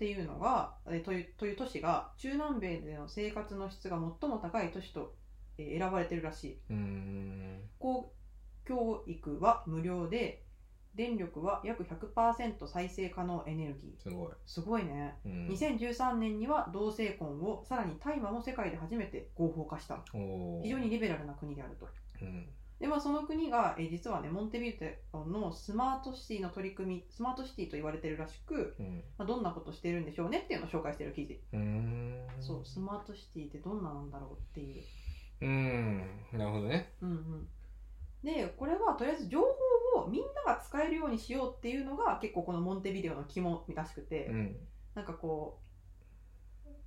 Speaker 1: ていうのが、えーというという都市が中南米での生活の質が最も高い都市と、えー選ばれてるらしい
Speaker 2: うん
Speaker 1: 公教育は無料で電力は約100%再生可能エネルギー
Speaker 2: すごい、
Speaker 1: すごいね、
Speaker 2: うん
Speaker 1: 2013年には同性婚をさらに大麻も世界で初めて合法化した
Speaker 2: おー
Speaker 1: 非常にリベラルな国であると
Speaker 2: うん
Speaker 1: で、まあ、その国が、えー実はねモンテビデオのスマートシティの取り組みスマートシティと言われてるらしく、
Speaker 2: うん
Speaker 1: まあ、どんなことしてるんでしょうねっていうのを紹介してる記事、
Speaker 2: うん
Speaker 1: そうスマートシティってどんななんだろうっていう
Speaker 2: うんなるほどね
Speaker 1: うんうん、でこれはとりあえず情報をみんなが使えるようにしようっていうのが結構このモンテビデオの肝らしくて、
Speaker 2: うん
Speaker 1: なんかこう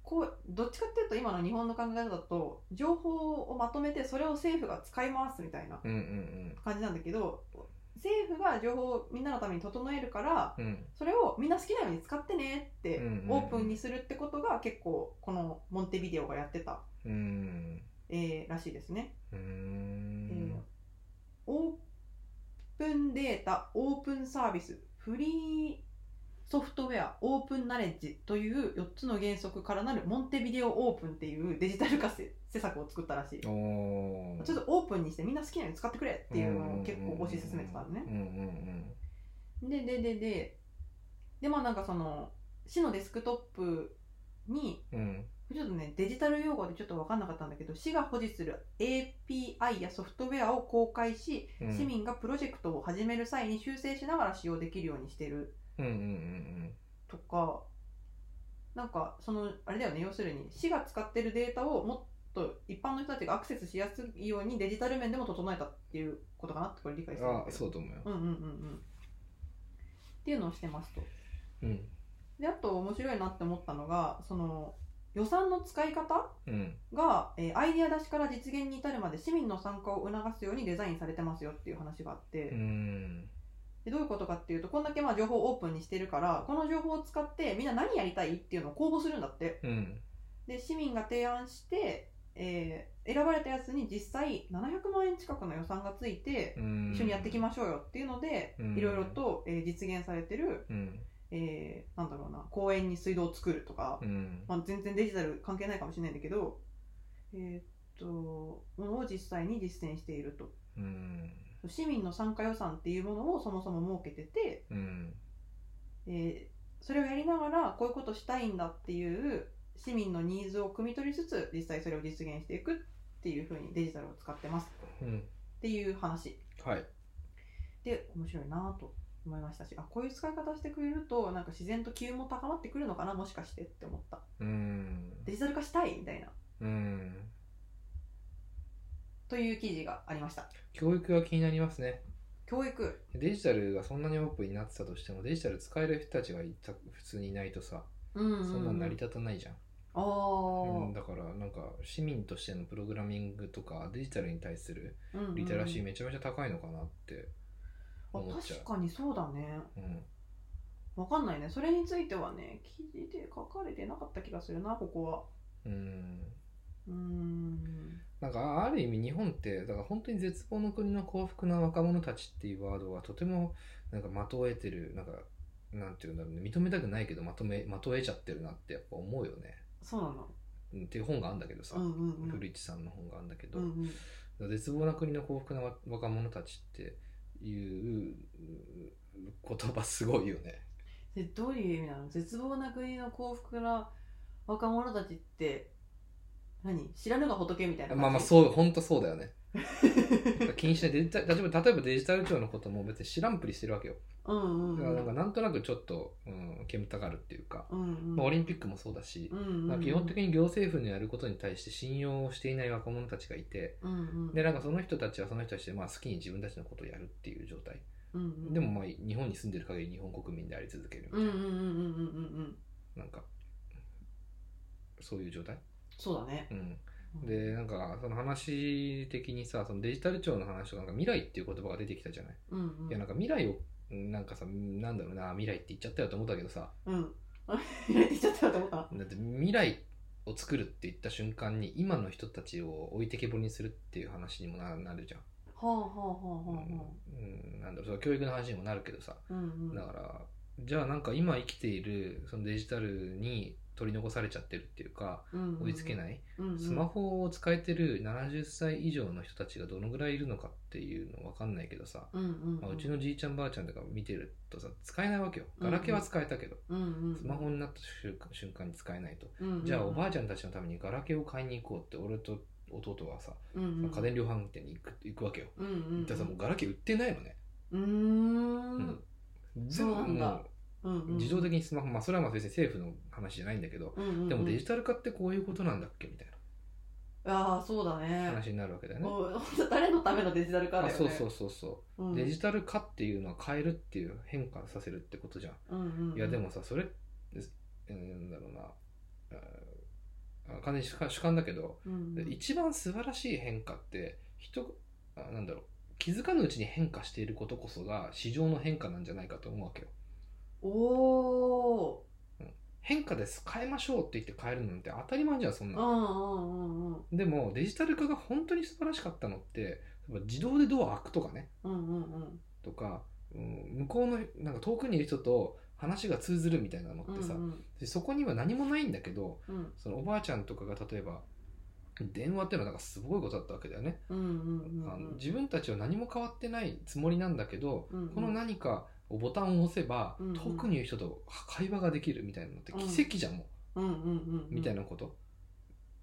Speaker 1: こうどっちかっていうと今の日本の考え方だと情報をまとめてそれを政府が使いますみたいな
Speaker 2: うんうん
Speaker 1: 感じなんだけど政府が情報をみんなのために整えるから
Speaker 2: うんうん
Speaker 1: それをみんな好きなように使ってねって
Speaker 2: うんうんうん
Speaker 1: オープンにするってことが結構このモンテビデオがやってた、
Speaker 2: うん
Speaker 1: えーらしいですね。
Speaker 2: う
Speaker 1: えー
Speaker 2: ん
Speaker 1: オープンデータオープンサービスフリーソフトウェアオープンナレッジという4つの原則からなるモンテビデオオープンっていうデジタル化せ施策を作ったらしいちょ
Speaker 2: おー
Speaker 1: っとオープンにしてみんな好きなように使ってくれっていうのを結構推し進めてたのね
Speaker 2: うんうん
Speaker 1: でででででまあなんかその市のデスクトップに
Speaker 2: うんうん
Speaker 1: ちょっとね、デジタル用語でちょっと分かんなかったんだけど、市が保持する API やソフトウェアを公開し、
Speaker 2: うん
Speaker 1: 市民がプロジェクトを始める際に修正しながら使用できるようにしてる
Speaker 2: うんうんうん
Speaker 1: とか、なんか、その、あれだよね、要するに、市が使ってるデータをもっと一般の人たちがアクセスしやすいようにデジタル面でも整えたっていうことかなってこれ理解して
Speaker 2: う
Speaker 1: るんだ
Speaker 2: んあ
Speaker 1: けど
Speaker 2: そうだと思うよ
Speaker 1: うんうんうんうん。っていうのをしてますと。
Speaker 2: うん
Speaker 1: で、あと面白いなって思ったのが、その、予算の使い方
Speaker 2: うん
Speaker 1: が、えーアイデア出しから実現に至るまで市民の参加を促すようにデザインされてますよっていう話があって、
Speaker 2: うん
Speaker 1: でどういうことかっていうとこんだけまあ情報をオープンにしてるからこの情報を使ってみんな何やりたいっていうのを公募するんだって
Speaker 2: うん
Speaker 1: で市民が提案して、えー選ばれたやつに実際700万円近くの予算がついて
Speaker 2: うん
Speaker 1: 一緒にやっていきましょうよっていうので、
Speaker 2: うん
Speaker 1: いろいろと、えー実現されてる、
Speaker 2: うん
Speaker 1: えーなんだろうな公園に水道を作るとか、
Speaker 2: うん
Speaker 1: まあ、全然デジタル関係ないかもしれないんだけど、えーっと、ものを実際に実践していると。
Speaker 2: うん
Speaker 1: 市民の参加予算っていうものをそもそも設けてて、
Speaker 2: うん
Speaker 1: えーそれをやりながらこういうことしたいんだっていう市民のニーズを汲み取りつつ実際それを実現していくっていうふうにデジタルを使ってます
Speaker 2: うん
Speaker 1: っていう話
Speaker 2: はい
Speaker 1: で面白いなと思いましたしあこういう使い方してくれるとなんか自然と気運も高まってくるのかなもしかしてって思った
Speaker 2: うん
Speaker 1: デジタル化したいみたいな
Speaker 2: うん
Speaker 1: という記事がありました
Speaker 2: 教育が気になりますね
Speaker 1: 教育
Speaker 2: デジタルがそんなにオープンになってたとしてもデジタル使える人たちがいた普通にいないとさ
Speaker 1: うんうん、う
Speaker 2: そんなん成り立たないじゃん、
Speaker 1: あー
Speaker 2: うんだからなんか市民としてのプログラミングとかデジタルに対する
Speaker 1: うんうん
Speaker 2: リテラシーめちゃめちゃ高いのかなって
Speaker 1: あ
Speaker 2: 思っちゃう
Speaker 1: 確、かにそうだね
Speaker 2: うん、
Speaker 1: わかんないねそれについてはね記事で書かれてなかった気がするなここは
Speaker 2: うん
Speaker 1: うーん
Speaker 2: なんかある意味日本ってだから本当に絶望の国の幸福な若者たちっていうワードはとてもなんかまとえてるなんかなんていうんだろうね認めたくないけどまとめまとえちゃってるなってやっぱ思うよね
Speaker 1: そうなの
Speaker 2: うんっていう本があるんだけどさ、
Speaker 1: うんうんうん
Speaker 2: 古市さんの本があるんだけど、
Speaker 1: うんうん
Speaker 2: 絶望な国の幸福な若者たちっていう言葉すごいよね
Speaker 1: でどういう意味なの絶望な国の幸福な若者たちって何知らぬが仏みたいな感じ
Speaker 2: まあまあそう本当そうだよね気にしないデジタ例えば例えばデジタル庁のことも別に知らんぷりしてるわけよ
Speaker 1: うんうん
Speaker 2: だ
Speaker 1: う
Speaker 2: からなんか
Speaker 1: ん
Speaker 2: なんとなくちょっと、うん、煙たがるっていうか、
Speaker 1: うんうん
Speaker 2: まあ、オリンピックもそうだし
Speaker 1: う、んうん
Speaker 2: ま
Speaker 1: う
Speaker 2: あ
Speaker 1: ん
Speaker 2: 基本的に行政府のやることに対して信用をしていない若者たちがいて
Speaker 1: うんうん
Speaker 2: でなんかその人たちはその人たちでまあ好きに自分たちのことをやるっていう状態
Speaker 1: うんうん
Speaker 2: でもまあ日本に住んでる限り日本国民であり続けるみた
Speaker 1: う
Speaker 2: い
Speaker 1: ん
Speaker 2: な
Speaker 1: うんうんうんうんうんうん
Speaker 2: なんかそういう状態、
Speaker 1: そうだね
Speaker 2: うん、でなんかその話的にさそのデジタル庁の話とかなんか未来っていう言葉が出てきたじゃない、
Speaker 1: うんうん
Speaker 2: いやなんか未来をなんかさなんだろうな未来って言っちゃったよと思ったけどさ
Speaker 1: うん あ入れてきちゃったと思った
Speaker 2: だって未来を作るって言った瞬間に今の人たちを置いてけぼりにするっていう話にもななるじゃん、
Speaker 1: ほうほうほうほうほ
Speaker 2: うん、なんだろうその教育の話にもなるけどさ
Speaker 1: ううんうん
Speaker 2: だからじゃあなんか今生きているそのデジタルに取り残されちゃってるっていうか追いつけ
Speaker 1: い
Speaker 2: ないスマホを使えてる70歳以上の人たちがどのぐらいいるのかっていうの分かんないけどさ、
Speaker 1: うんうん
Speaker 2: まあ、うちのじいちゃんばあちゃんとか見てるとさ使えないわけよガラケーは使えたけど、スマホになった瞬間瞬間に使えないと、じゃあおばあちゃんたちのためにガラケーを買いに行こうって俺と弟はさ、
Speaker 1: ゃん
Speaker 2: 家電量販店に行く行くわけよ、
Speaker 1: うんうん
Speaker 2: だからさもうガラケー売ってないのね、
Speaker 1: うーん
Speaker 2: 全部
Speaker 1: そうなんだ
Speaker 2: も
Speaker 1: うんう
Speaker 2: うん自動的にスマホまあそれはまあ別に政府の話じゃないんだけど、
Speaker 1: うんうんうん
Speaker 2: でもデジタル化ってこういうことなんだっけみたい
Speaker 1: ああそうだ
Speaker 2: な
Speaker 1: ね
Speaker 2: 話になるわけだよね、
Speaker 1: お本当誰のためのデジタル化だよ
Speaker 2: あ
Speaker 1: ね
Speaker 2: そうそうそうそう
Speaker 1: うん
Speaker 2: デジタル化っていうのは変えるっていう変化させるってことじゃん。
Speaker 1: うんうんうん
Speaker 2: いやでもさそれですうんなんだろうなあー完全に主観主観だけど、
Speaker 1: うんうん
Speaker 2: 一番素晴らしい変化って人あなんだろう気づかぬうちに変化していることこそが市場の変化なんじゃないかと思うわけよ。
Speaker 1: おお
Speaker 2: 変化です変えましょうって言って変えるなんて当たり前じゃんそん
Speaker 1: ー
Speaker 2: な
Speaker 1: うん
Speaker 2: の。
Speaker 1: うんうんうん
Speaker 2: でもデジタル化が本当に素晴らしかったのって例えば自動でドア開くとかね。
Speaker 1: うんうんうん
Speaker 2: とか、うん、向こうのなんか遠くにいる人と話が通ずるみたいなのってさ、
Speaker 1: うんうん
Speaker 2: でそこには何もないんだけど
Speaker 1: うん
Speaker 2: そのおばあちゃんとかが例えば電話っていうのはなんかすごいことだったわけだよね、
Speaker 1: うんうんうん
Speaker 2: あの自分たちは何も変わってないつもりなんだけど、
Speaker 1: うんうん
Speaker 2: この何かをボタンを押せば、
Speaker 1: うんうん
Speaker 2: 遠くにいる人と会話ができるみたいなのって
Speaker 1: うん
Speaker 2: 奇跡じゃんも
Speaker 1: うんうんうん
Speaker 2: うみたいなこと、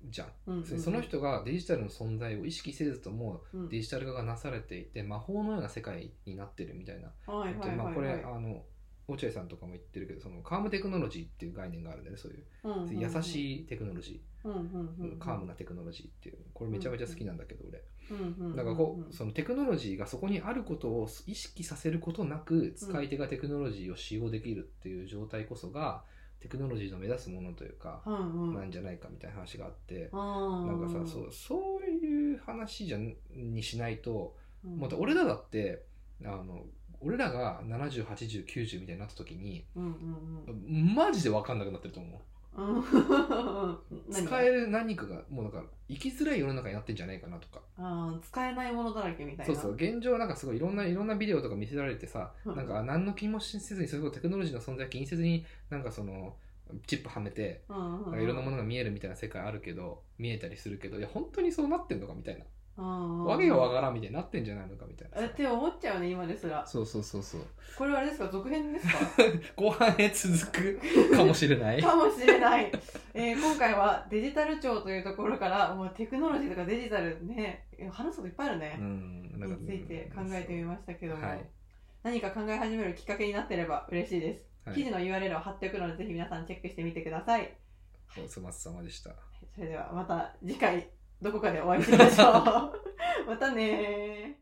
Speaker 2: じゃん、
Speaker 1: うんうんうん
Speaker 2: その人がデジタルの存在を意識せずとも
Speaker 1: うん
Speaker 2: デジタル化がなされていて魔法のような世界になってるみたいな
Speaker 1: はいはいはいはい
Speaker 2: まあこれあの落合さんとかも言ってるけどそのカームテクノロジーっていう概念があるんだよねそういう
Speaker 1: うんうんうん
Speaker 2: 優しいテクノロジ
Speaker 1: うんうんう
Speaker 2: ー、
Speaker 1: んうん
Speaker 2: カームなテクノロジーっていうこれめちゃめちゃ好きなんだけど俺
Speaker 1: な
Speaker 2: だからこうそのテクノロジーがそこにあることを意識させることなく使い手がテクノロジーを使用できるっていう状態こそがテクノロジーの目指すものというか
Speaker 1: うんうん、
Speaker 2: なんじゃないかみたいな話があってな
Speaker 1: なん
Speaker 2: かさそうそういう話じゃんにしないと
Speaker 1: うん、
Speaker 2: また俺らだってあの俺らが708090みたいになった時に
Speaker 1: うんうんうん
Speaker 2: マジで分かんなくなってると思う
Speaker 1: うん、
Speaker 2: 使
Speaker 1: 何
Speaker 2: える何かがもうなんか生きづらい世の中になってんじゃないかなとか
Speaker 1: あー使えないものだらけみたい
Speaker 2: そ
Speaker 1: な
Speaker 2: うそう現状なんかすごいいろんないろんなビデオとか見せられてさ
Speaker 1: うん
Speaker 2: なんかあ何の気もしせずにそれこそテクノロジーの存在を気にせずになんかそのチップはめて
Speaker 1: うんうん
Speaker 2: なんかいろんなものが見えるみたいな世界あるけど見えたりするけどいや本当にそうなってんのかみたいなわ
Speaker 1: わ
Speaker 2: けがわからんみたいになってんじゃないのかみたいな
Speaker 1: っ
Speaker 2: さ
Speaker 1: て思っちゃうね今ですら
Speaker 2: そうそうそうそう
Speaker 1: これはあれですか続編 ですか
Speaker 2: 後半へ続くかもしれ ない
Speaker 1: かもしれない、えー今回はデジタル庁というところからもうテクノロジーとかデジタルね話すこといっぱいあるね、
Speaker 2: うんなんか
Speaker 1: について考えてみましたけども、
Speaker 2: はい
Speaker 1: 何か考え始めるきっかけになってれば嬉しいです、
Speaker 2: はい
Speaker 1: 記事の URL を貼っておくのでぜひ皆さんチェックしてみてください
Speaker 2: お粗末様でした
Speaker 1: それではまた次回どこかでお会いしましょうまたねー